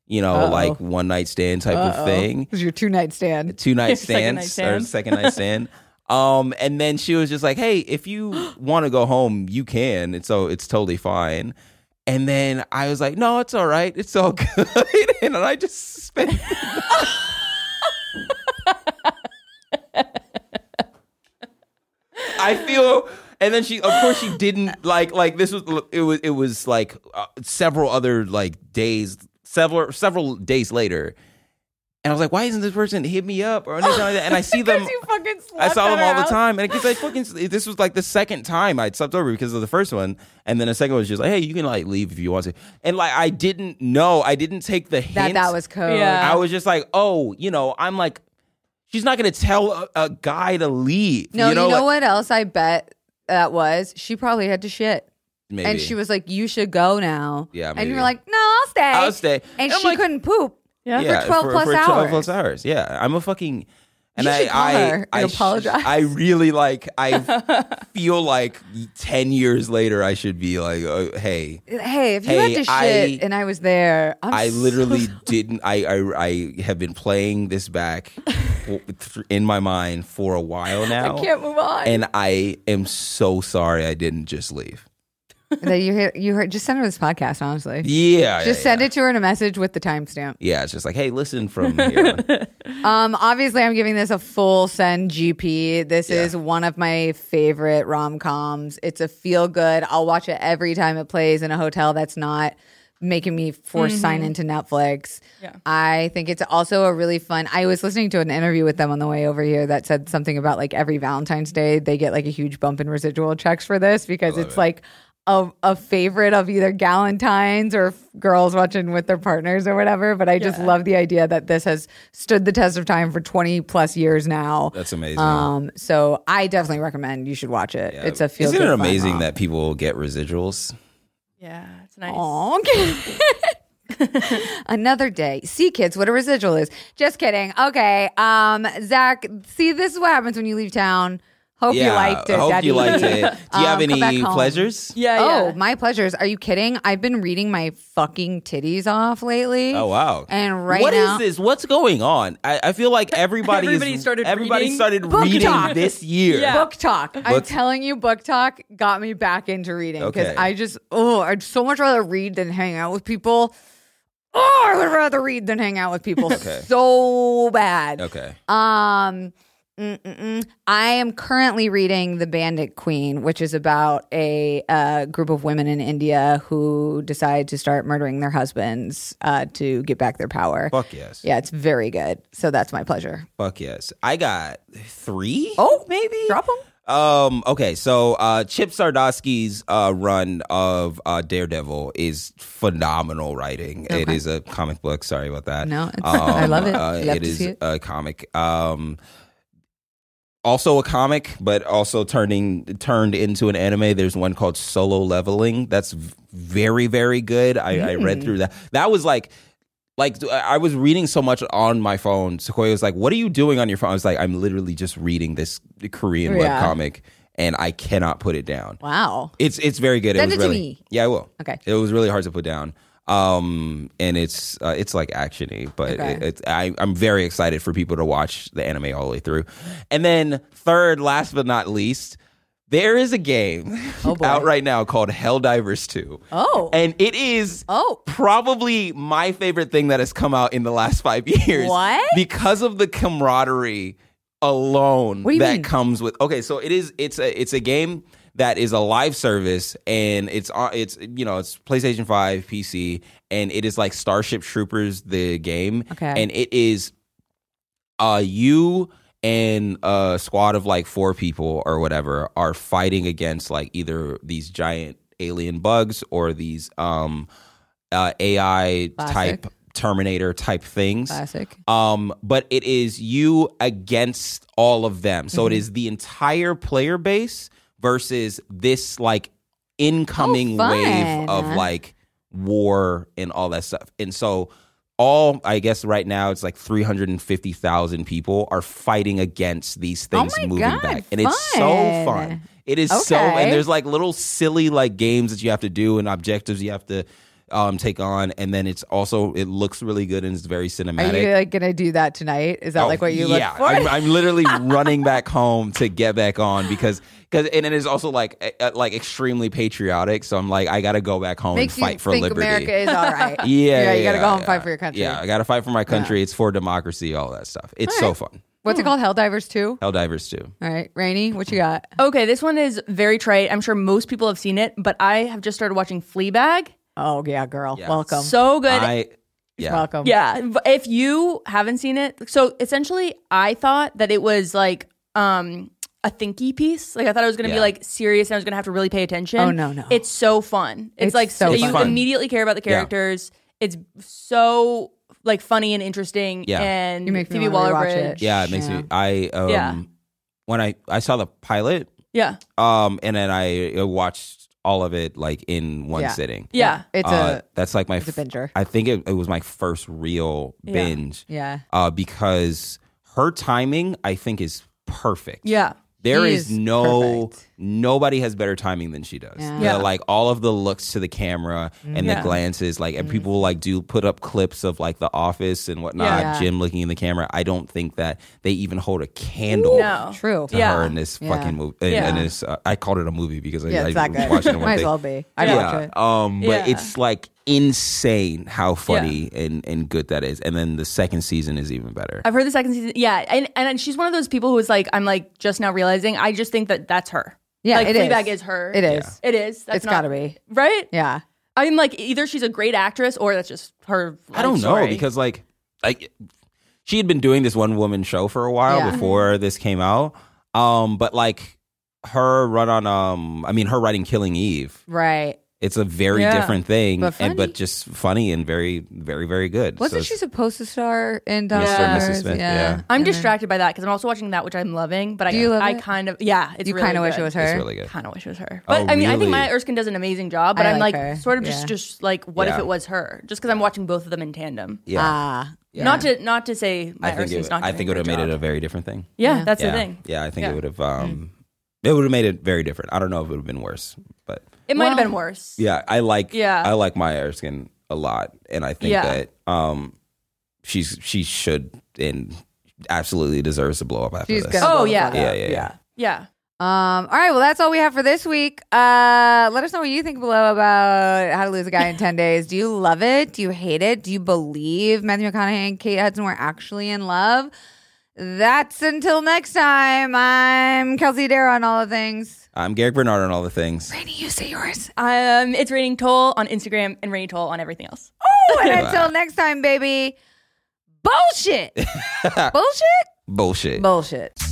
Speaker 3: you know, like one night stand type of thing
Speaker 2: It was your two night stand.
Speaker 3: two night
Speaker 4: Second night stand.
Speaker 3: stands or second night stand. Um, and then she was just like, "Hey, if you want to go home, you can. It's so it's totally fine." And then I was like, "No, it's all right. It's all good." and I just spent. I feel. And then she, of course, she didn't like like this was it was it was like uh, several other like days, several several days later, and I was like, why isn't this person hit me up or anything like that? And I see them.
Speaker 2: you fucking
Speaker 3: I
Speaker 2: slept
Speaker 3: saw
Speaker 2: at
Speaker 3: them
Speaker 2: her
Speaker 3: all the
Speaker 2: house.
Speaker 3: time, and because I fucking this was like the second time I'd slept over because of the first one, and then the second one was just like, hey, you can like leave if you want to, and like I didn't know, I didn't take the
Speaker 2: That
Speaker 3: hint
Speaker 2: that was code.
Speaker 4: Yeah.
Speaker 3: I was just like, oh, you know, I'm like, she's not gonna tell a, a guy to leave.
Speaker 2: No, you know,
Speaker 3: like-
Speaker 2: what else I bet that was? She probably had to shit.
Speaker 3: Maybe.
Speaker 2: And she was like, You should go now.
Speaker 3: Yeah,
Speaker 2: And
Speaker 3: maybe.
Speaker 2: you were like, No, I'll stay.
Speaker 3: I'll stay.
Speaker 2: And
Speaker 3: I'm
Speaker 2: she
Speaker 3: like-
Speaker 2: couldn't poop.
Speaker 4: Yeah.
Speaker 2: for 12 plus hours.
Speaker 3: plus hours. Yeah, I'm a fucking. And
Speaker 2: You
Speaker 3: I,
Speaker 2: should call
Speaker 3: I,
Speaker 2: her and
Speaker 3: I sh-
Speaker 2: apologize.
Speaker 3: I really like. I feel like ten years later, I should be like, uh, hey.
Speaker 2: Hey, if you
Speaker 3: Hey,
Speaker 2: had to
Speaker 3: I-
Speaker 2: shit and I was there, I'm
Speaker 3: I
Speaker 2: so-
Speaker 3: literally didn't. I, I I have been playing this back w- th- in my mind for a while now.
Speaker 2: I can't move on.
Speaker 3: And I am so sorry I didn't just leave.
Speaker 2: that you hear, you heard, just send her this podcast, honestly.
Speaker 3: Yeah.
Speaker 2: Just
Speaker 3: yeah,
Speaker 2: send
Speaker 3: yeah.
Speaker 2: it to her in a message with the timestamp.
Speaker 3: Yeah, it's just like, hey, listen from here. on.
Speaker 2: Um, obviously, I'm giving this a full send GP. This
Speaker 3: Yeah.
Speaker 2: is one of my favorite rom coms. It's a feel good. I'll watch it every time it plays in a hotel that's not making me force sign into Netflix.
Speaker 4: Yeah.
Speaker 2: I think it's also a really fun. I was listening to an interview with them on the way over here that said something about like every Valentine's Day, they get like a huge bump in residual checks for this because it's like. A, a favorite of either Galentine's or f- girls watching with their partners or whatever, but I just love the idea that this has stood the test of time for 20 plus years now.
Speaker 3: That's amazing.
Speaker 2: Um, so I definitely recommend you should watch it. It's a feel
Speaker 3: Isn't it amazing that people get residuals?
Speaker 4: Yeah, it's nice.
Speaker 2: Another day. See, kids, what a residual is. Just kidding. Okay. Um, Zach, see, this is what happens when you leave town. Hope you liked it.
Speaker 3: Hope
Speaker 2: Daddy.
Speaker 3: you liked it. Do you have
Speaker 2: Um, come back
Speaker 3: any
Speaker 2: home.
Speaker 3: pleasures?
Speaker 4: Yeah,
Speaker 2: oh,
Speaker 4: yeah.
Speaker 2: my pleasures. Are you kidding? I've been reading my fucking titties off lately.
Speaker 3: Oh wow!
Speaker 2: And right
Speaker 3: what is
Speaker 2: now,
Speaker 3: this? What's going on? I, I feel like everybody is-
Speaker 4: Everybody started
Speaker 3: everybody
Speaker 4: reading.
Speaker 3: started
Speaker 2: Book
Speaker 3: reading
Speaker 2: talk.
Speaker 3: this year.
Speaker 4: Yeah.
Speaker 2: book talk. I'm
Speaker 3: Book-
Speaker 2: telling you, book talk got me back into reading because
Speaker 3: Okay.
Speaker 2: I just oh, I'd so much rather read than hang out with people. Oh, I would rather read than hang out with people
Speaker 3: Okay.
Speaker 2: so bad.
Speaker 3: Okay.
Speaker 2: Um, mm-mm-mm. I am currently reading The Bandit Queen, which is about a uh, group of women in India who decide to start murdering their husbands uh, to get back their power.
Speaker 3: Fuck yes.
Speaker 2: Yeah, it's very good. So that's my pleasure.
Speaker 3: Fuck yes. I got three.
Speaker 2: Oh,
Speaker 3: maybe
Speaker 2: drop 'em.
Speaker 3: Um. Okay. So, uh, Chip Sardosky's uh, run of uh, Daredevil is phenomenal writing. It is a comic book. Sorry about that.
Speaker 2: No, it's- I love it.
Speaker 3: Uh,
Speaker 2: Love
Speaker 3: it
Speaker 2: to
Speaker 3: is
Speaker 2: see it.
Speaker 3: a comic. Um. Also a comic, but also turning turned into an anime. There's one called Solo Leveling. That's v- very very good. I, I read through that. That was like like I I was reading so much on my phone. Sequoia was like, "What are you doing on your phone?" I was like, "I'm literally just reading this Korean
Speaker 2: Yeah.
Speaker 3: webcomic, and I cannot put it down.
Speaker 2: Wow.
Speaker 3: It's it's very good.
Speaker 2: Send
Speaker 3: it
Speaker 2: it
Speaker 3: was
Speaker 2: to
Speaker 3: really,
Speaker 2: me.
Speaker 3: Yeah, I will.
Speaker 2: Okay.
Speaker 3: It was really hard to put down. Um, and it's uh, it's like actiony, but
Speaker 2: Okay.
Speaker 3: it, it's I, I'm very excited for people to watch the anime all the way through. And then third, last but not least. There is a game
Speaker 2: Oh, boy.
Speaker 3: out right now called Helldivers 2.
Speaker 2: Oh.
Speaker 3: And it is
Speaker 2: Oh.
Speaker 3: probably my favorite thing that has come out in the last five years.
Speaker 2: What?
Speaker 3: Because of the camaraderie alone
Speaker 2: What do you
Speaker 3: that
Speaker 2: mean?
Speaker 3: comes with. Okay, so it is. It's a it's a game that is a live service, and it's on. It's you know it's PlayStation Five, PC, and it is like Starship Troopers, the game.
Speaker 2: Okay.
Speaker 3: and it is uh you and a squad of like four people or whatever are fighting against like either these giant alien bugs or these um uh AI
Speaker 2: Classic.
Speaker 3: type Terminator type things.
Speaker 2: Classic.
Speaker 3: Um, but it is you against
Speaker 2: Mm-hmm.
Speaker 3: all of them. So it is the entire player base versus this like incoming
Speaker 2: Oh, fun.
Speaker 3: wave of like war and all that stuff. And so all I guess right now it's like 350,000 people are fighting against these things
Speaker 2: Oh my
Speaker 3: moving
Speaker 2: God,
Speaker 3: back. And it's so
Speaker 2: fun.
Speaker 3: fun. It is so
Speaker 2: Okay.
Speaker 3: and there's like little silly like games that you have to do and objectives you have to um take on and then it's also it looks really good and it's very
Speaker 2: Are
Speaker 3: cinematic.
Speaker 2: you like gonna do that tonight? Is that like
Speaker 3: Oh,
Speaker 2: what you
Speaker 3: yeah,
Speaker 2: look for?
Speaker 3: I'm, I'm literally running back home to get back on because because and it is also like eh, eh, like extremely patriotic. So I'm like I gotta go back home
Speaker 2: Makes
Speaker 3: and fight
Speaker 2: you
Speaker 3: for
Speaker 2: think
Speaker 3: liberty.
Speaker 2: America is all right.
Speaker 3: yeah, yeah,
Speaker 2: you gotta
Speaker 3: yeah,
Speaker 2: go home and
Speaker 3: yeah.
Speaker 2: fight for your country.
Speaker 3: Yeah, I gotta fight for my country. It's for democracy, all that stuff. It's so fun.
Speaker 2: What's it called? Helldivers Two.
Speaker 3: Helldivers too.
Speaker 2: All right, Rainy, what you got?
Speaker 4: Okay, this one is very trite. I'm sure most people have seen it, but I have just started watching Fleabag.
Speaker 2: Oh yeah, girl,
Speaker 3: Yeah.
Speaker 2: welcome,
Speaker 4: So good.
Speaker 3: Um, I yeah.
Speaker 2: welcome.
Speaker 4: Yeah, v- if you haven't seen it, so essentially, I thought that it was like um a thinky piece. Like I thought it was going to be
Speaker 3: Yeah.
Speaker 4: like serious, and I was going to have to really pay attention.
Speaker 2: Oh, no, no.
Speaker 4: it's so fun. It's,
Speaker 2: It's
Speaker 4: like
Speaker 2: so
Speaker 4: so you
Speaker 3: fun.
Speaker 4: immediately care about the
Speaker 3: Yeah.
Speaker 4: characters. It's so like funny and interesting.
Speaker 3: Yeah.
Speaker 4: and
Speaker 2: You make me
Speaker 4: Phoebe
Speaker 2: wanna
Speaker 4: Waller
Speaker 2: rewatch
Speaker 4: Bridge.
Speaker 2: it.
Speaker 3: Yeah, it makes
Speaker 2: Yeah.
Speaker 3: me I um
Speaker 4: Yeah.
Speaker 3: when I I saw the pilot
Speaker 4: yeah,
Speaker 3: um and then I uh, watched all of it like in one
Speaker 2: Yeah.
Speaker 3: sitting.
Speaker 4: yeah.
Speaker 2: It's
Speaker 3: Uh,
Speaker 2: a
Speaker 3: that's like my
Speaker 2: it's a
Speaker 3: f-
Speaker 2: binger.
Speaker 3: I think it, it was my first real binge.
Speaker 2: Yeah,
Speaker 3: uh, because her timing, I think, is perfect.
Speaker 4: Yeah.
Speaker 3: There
Speaker 2: She
Speaker 3: is
Speaker 2: is
Speaker 3: no
Speaker 2: perfect.
Speaker 3: nobody has better timing than she does.
Speaker 2: Yeah. Mm.
Speaker 3: The,
Speaker 4: Yeah.
Speaker 3: like all of the looks to the camera and the
Speaker 4: Yeah.
Speaker 3: glances, like and people like do put up clips of like The Office and whatnot.
Speaker 2: Yeah.
Speaker 3: Jim looking in the camera. I don't think that they even hold a candle.
Speaker 4: No.
Speaker 2: true.
Speaker 3: To
Speaker 4: Yeah.
Speaker 3: her in this
Speaker 2: Yeah.
Speaker 3: fucking movie, and,
Speaker 4: Yeah.
Speaker 3: this uh, I called it a movie because I,
Speaker 2: Yeah,
Speaker 3: I
Speaker 2: it's that
Speaker 3: was
Speaker 2: good.
Speaker 3: watching it. one
Speaker 2: Might as
Speaker 3: day.
Speaker 2: well be. I'd
Speaker 4: Yeah.
Speaker 2: watch it.
Speaker 3: Um, but
Speaker 4: Yeah.
Speaker 3: it's like insane how funny and, and good that is. And then the second season is even better.
Speaker 4: I've heard the second season. Yeah, and and she's one of those people who is like, I'm like just now realizing. I just think that that's her.
Speaker 2: Yeah,
Speaker 4: like
Speaker 2: it is.
Speaker 4: Fleabag is her.
Speaker 2: It is.
Speaker 4: It is. That's
Speaker 2: It's
Speaker 4: not-
Speaker 2: gotta be.
Speaker 4: right.
Speaker 2: Yeah.
Speaker 4: I mean, like either she's a great actress or that's just her.
Speaker 3: I don't
Speaker 4: life
Speaker 3: know
Speaker 4: story.
Speaker 3: because like like she had been doing this one woman show for a while
Speaker 2: Yeah.
Speaker 3: before this came out. Um, but like her run on um, I mean her writing Killing Eve,
Speaker 2: Right.
Speaker 3: it's a very
Speaker 4: Yeah.
Speaker 3: different thing,
Speaker 2: But
Speaker 3: and
Speaker 2: funny.
Speaker 3: but just funny and very very very good.
Speaker 2: Wasn't
Speaker 3: So
Speaker 2: she
Speaker 3: it's-
Speaker 2: supposed to star in Donna?
Speaker 3: Mr. and Mrs.
Speaker 2: Miller's?
Speaker 3: Smith, yeah.
Speaker 4: I'm
Speaker 2: And then-
Speaker 4: distracted by that because I'm also watching that, which I'm loving. But I,
Speaker 2: Do you love
Speaker 4: I
Speaker 2: it?
Speaker 4: kind of, yeah, it's
Speaker 2: You
Speaker 4: really
Speaker 2: kind of wish it was her.
Speaker 3: it's really good.
Speaker 4: Kind of wish it was her.
Speaker 3: Oh,
Speaker 4: But I mean, I
Speaker 3: really?
Speaker 4: think Maya Erskine does an amazing job. But
Speaker 2: I
Speaker 4: I'm
Speaker 2: like
Speaker 4: like,
Speaker 2: her.
Speaker 4: sort of
Speaker 2: Yeah.
Speaker 4: just, just like, what if
Speaker 3: Yeah.
Speaker 4: it was her? Just because I'm watching both of them in tandem.
Speaker 3: Yeah.
Speaker 2: Ah.
Speaker 4: Not to, not to say Maya
Speaker 3: I think
Speaker 4: Erskine's
Speaker 3: it,
Speaker 4: not.
Speaker 3: I think it would have made it a very different thing.
Speaker 4: yeah, that's
Speaker 3: yeah.
Speaker 4: the thing.
Speaker 3: Yeah, I think
Speaker 4: Yeah. Mm.
Speaker 3: it would have um it would have made it very different. I don't know if it would have been worse, but
Speaker 4: It might have
Speaker 2: Well-
Speaker 4: been worse.
Speaker 3: yeah, I like
Speaker 4: Yeah.
Speaker 3: I like Maya Erskine a lot and I think
Speaker 4: Yeah.
Speaker 3: that um she's she should and absolutely deserves to blow up after
Speaker 2: She's
Speaker 3: this.
Speaker 2: gonna
Speaker 4: Oh,
Speaker 2: blow the
Speaker 4: yeah.
Speaker 2: fuck up.
Speaker 3: yeah, yeah, yeah,
Speaker 4: Yeah.
Speaker 2: Um, all right, well, that's all we have for this week. Uh, let us know what you think below about how to lose a guy in 10 days. Do you love it? Do you hate it? Do you believe Matthew McConaughey and Kate Hudson were actually in love? That's until next time. I'm Kelsey Darrow on all the things.
Speaker 3: I'm Garrick Bernard on all the things.
Speaker 2: Rainy, you say yours.
Speaker 4: Um, it's Raining Toll on Instagram and Raining Toll on everything else.
Speaker 2: Oh, and until next time, baby. Bullshit. Bullshit?
Speaker 3: Bullshit.
Speaker 2: Bullshit.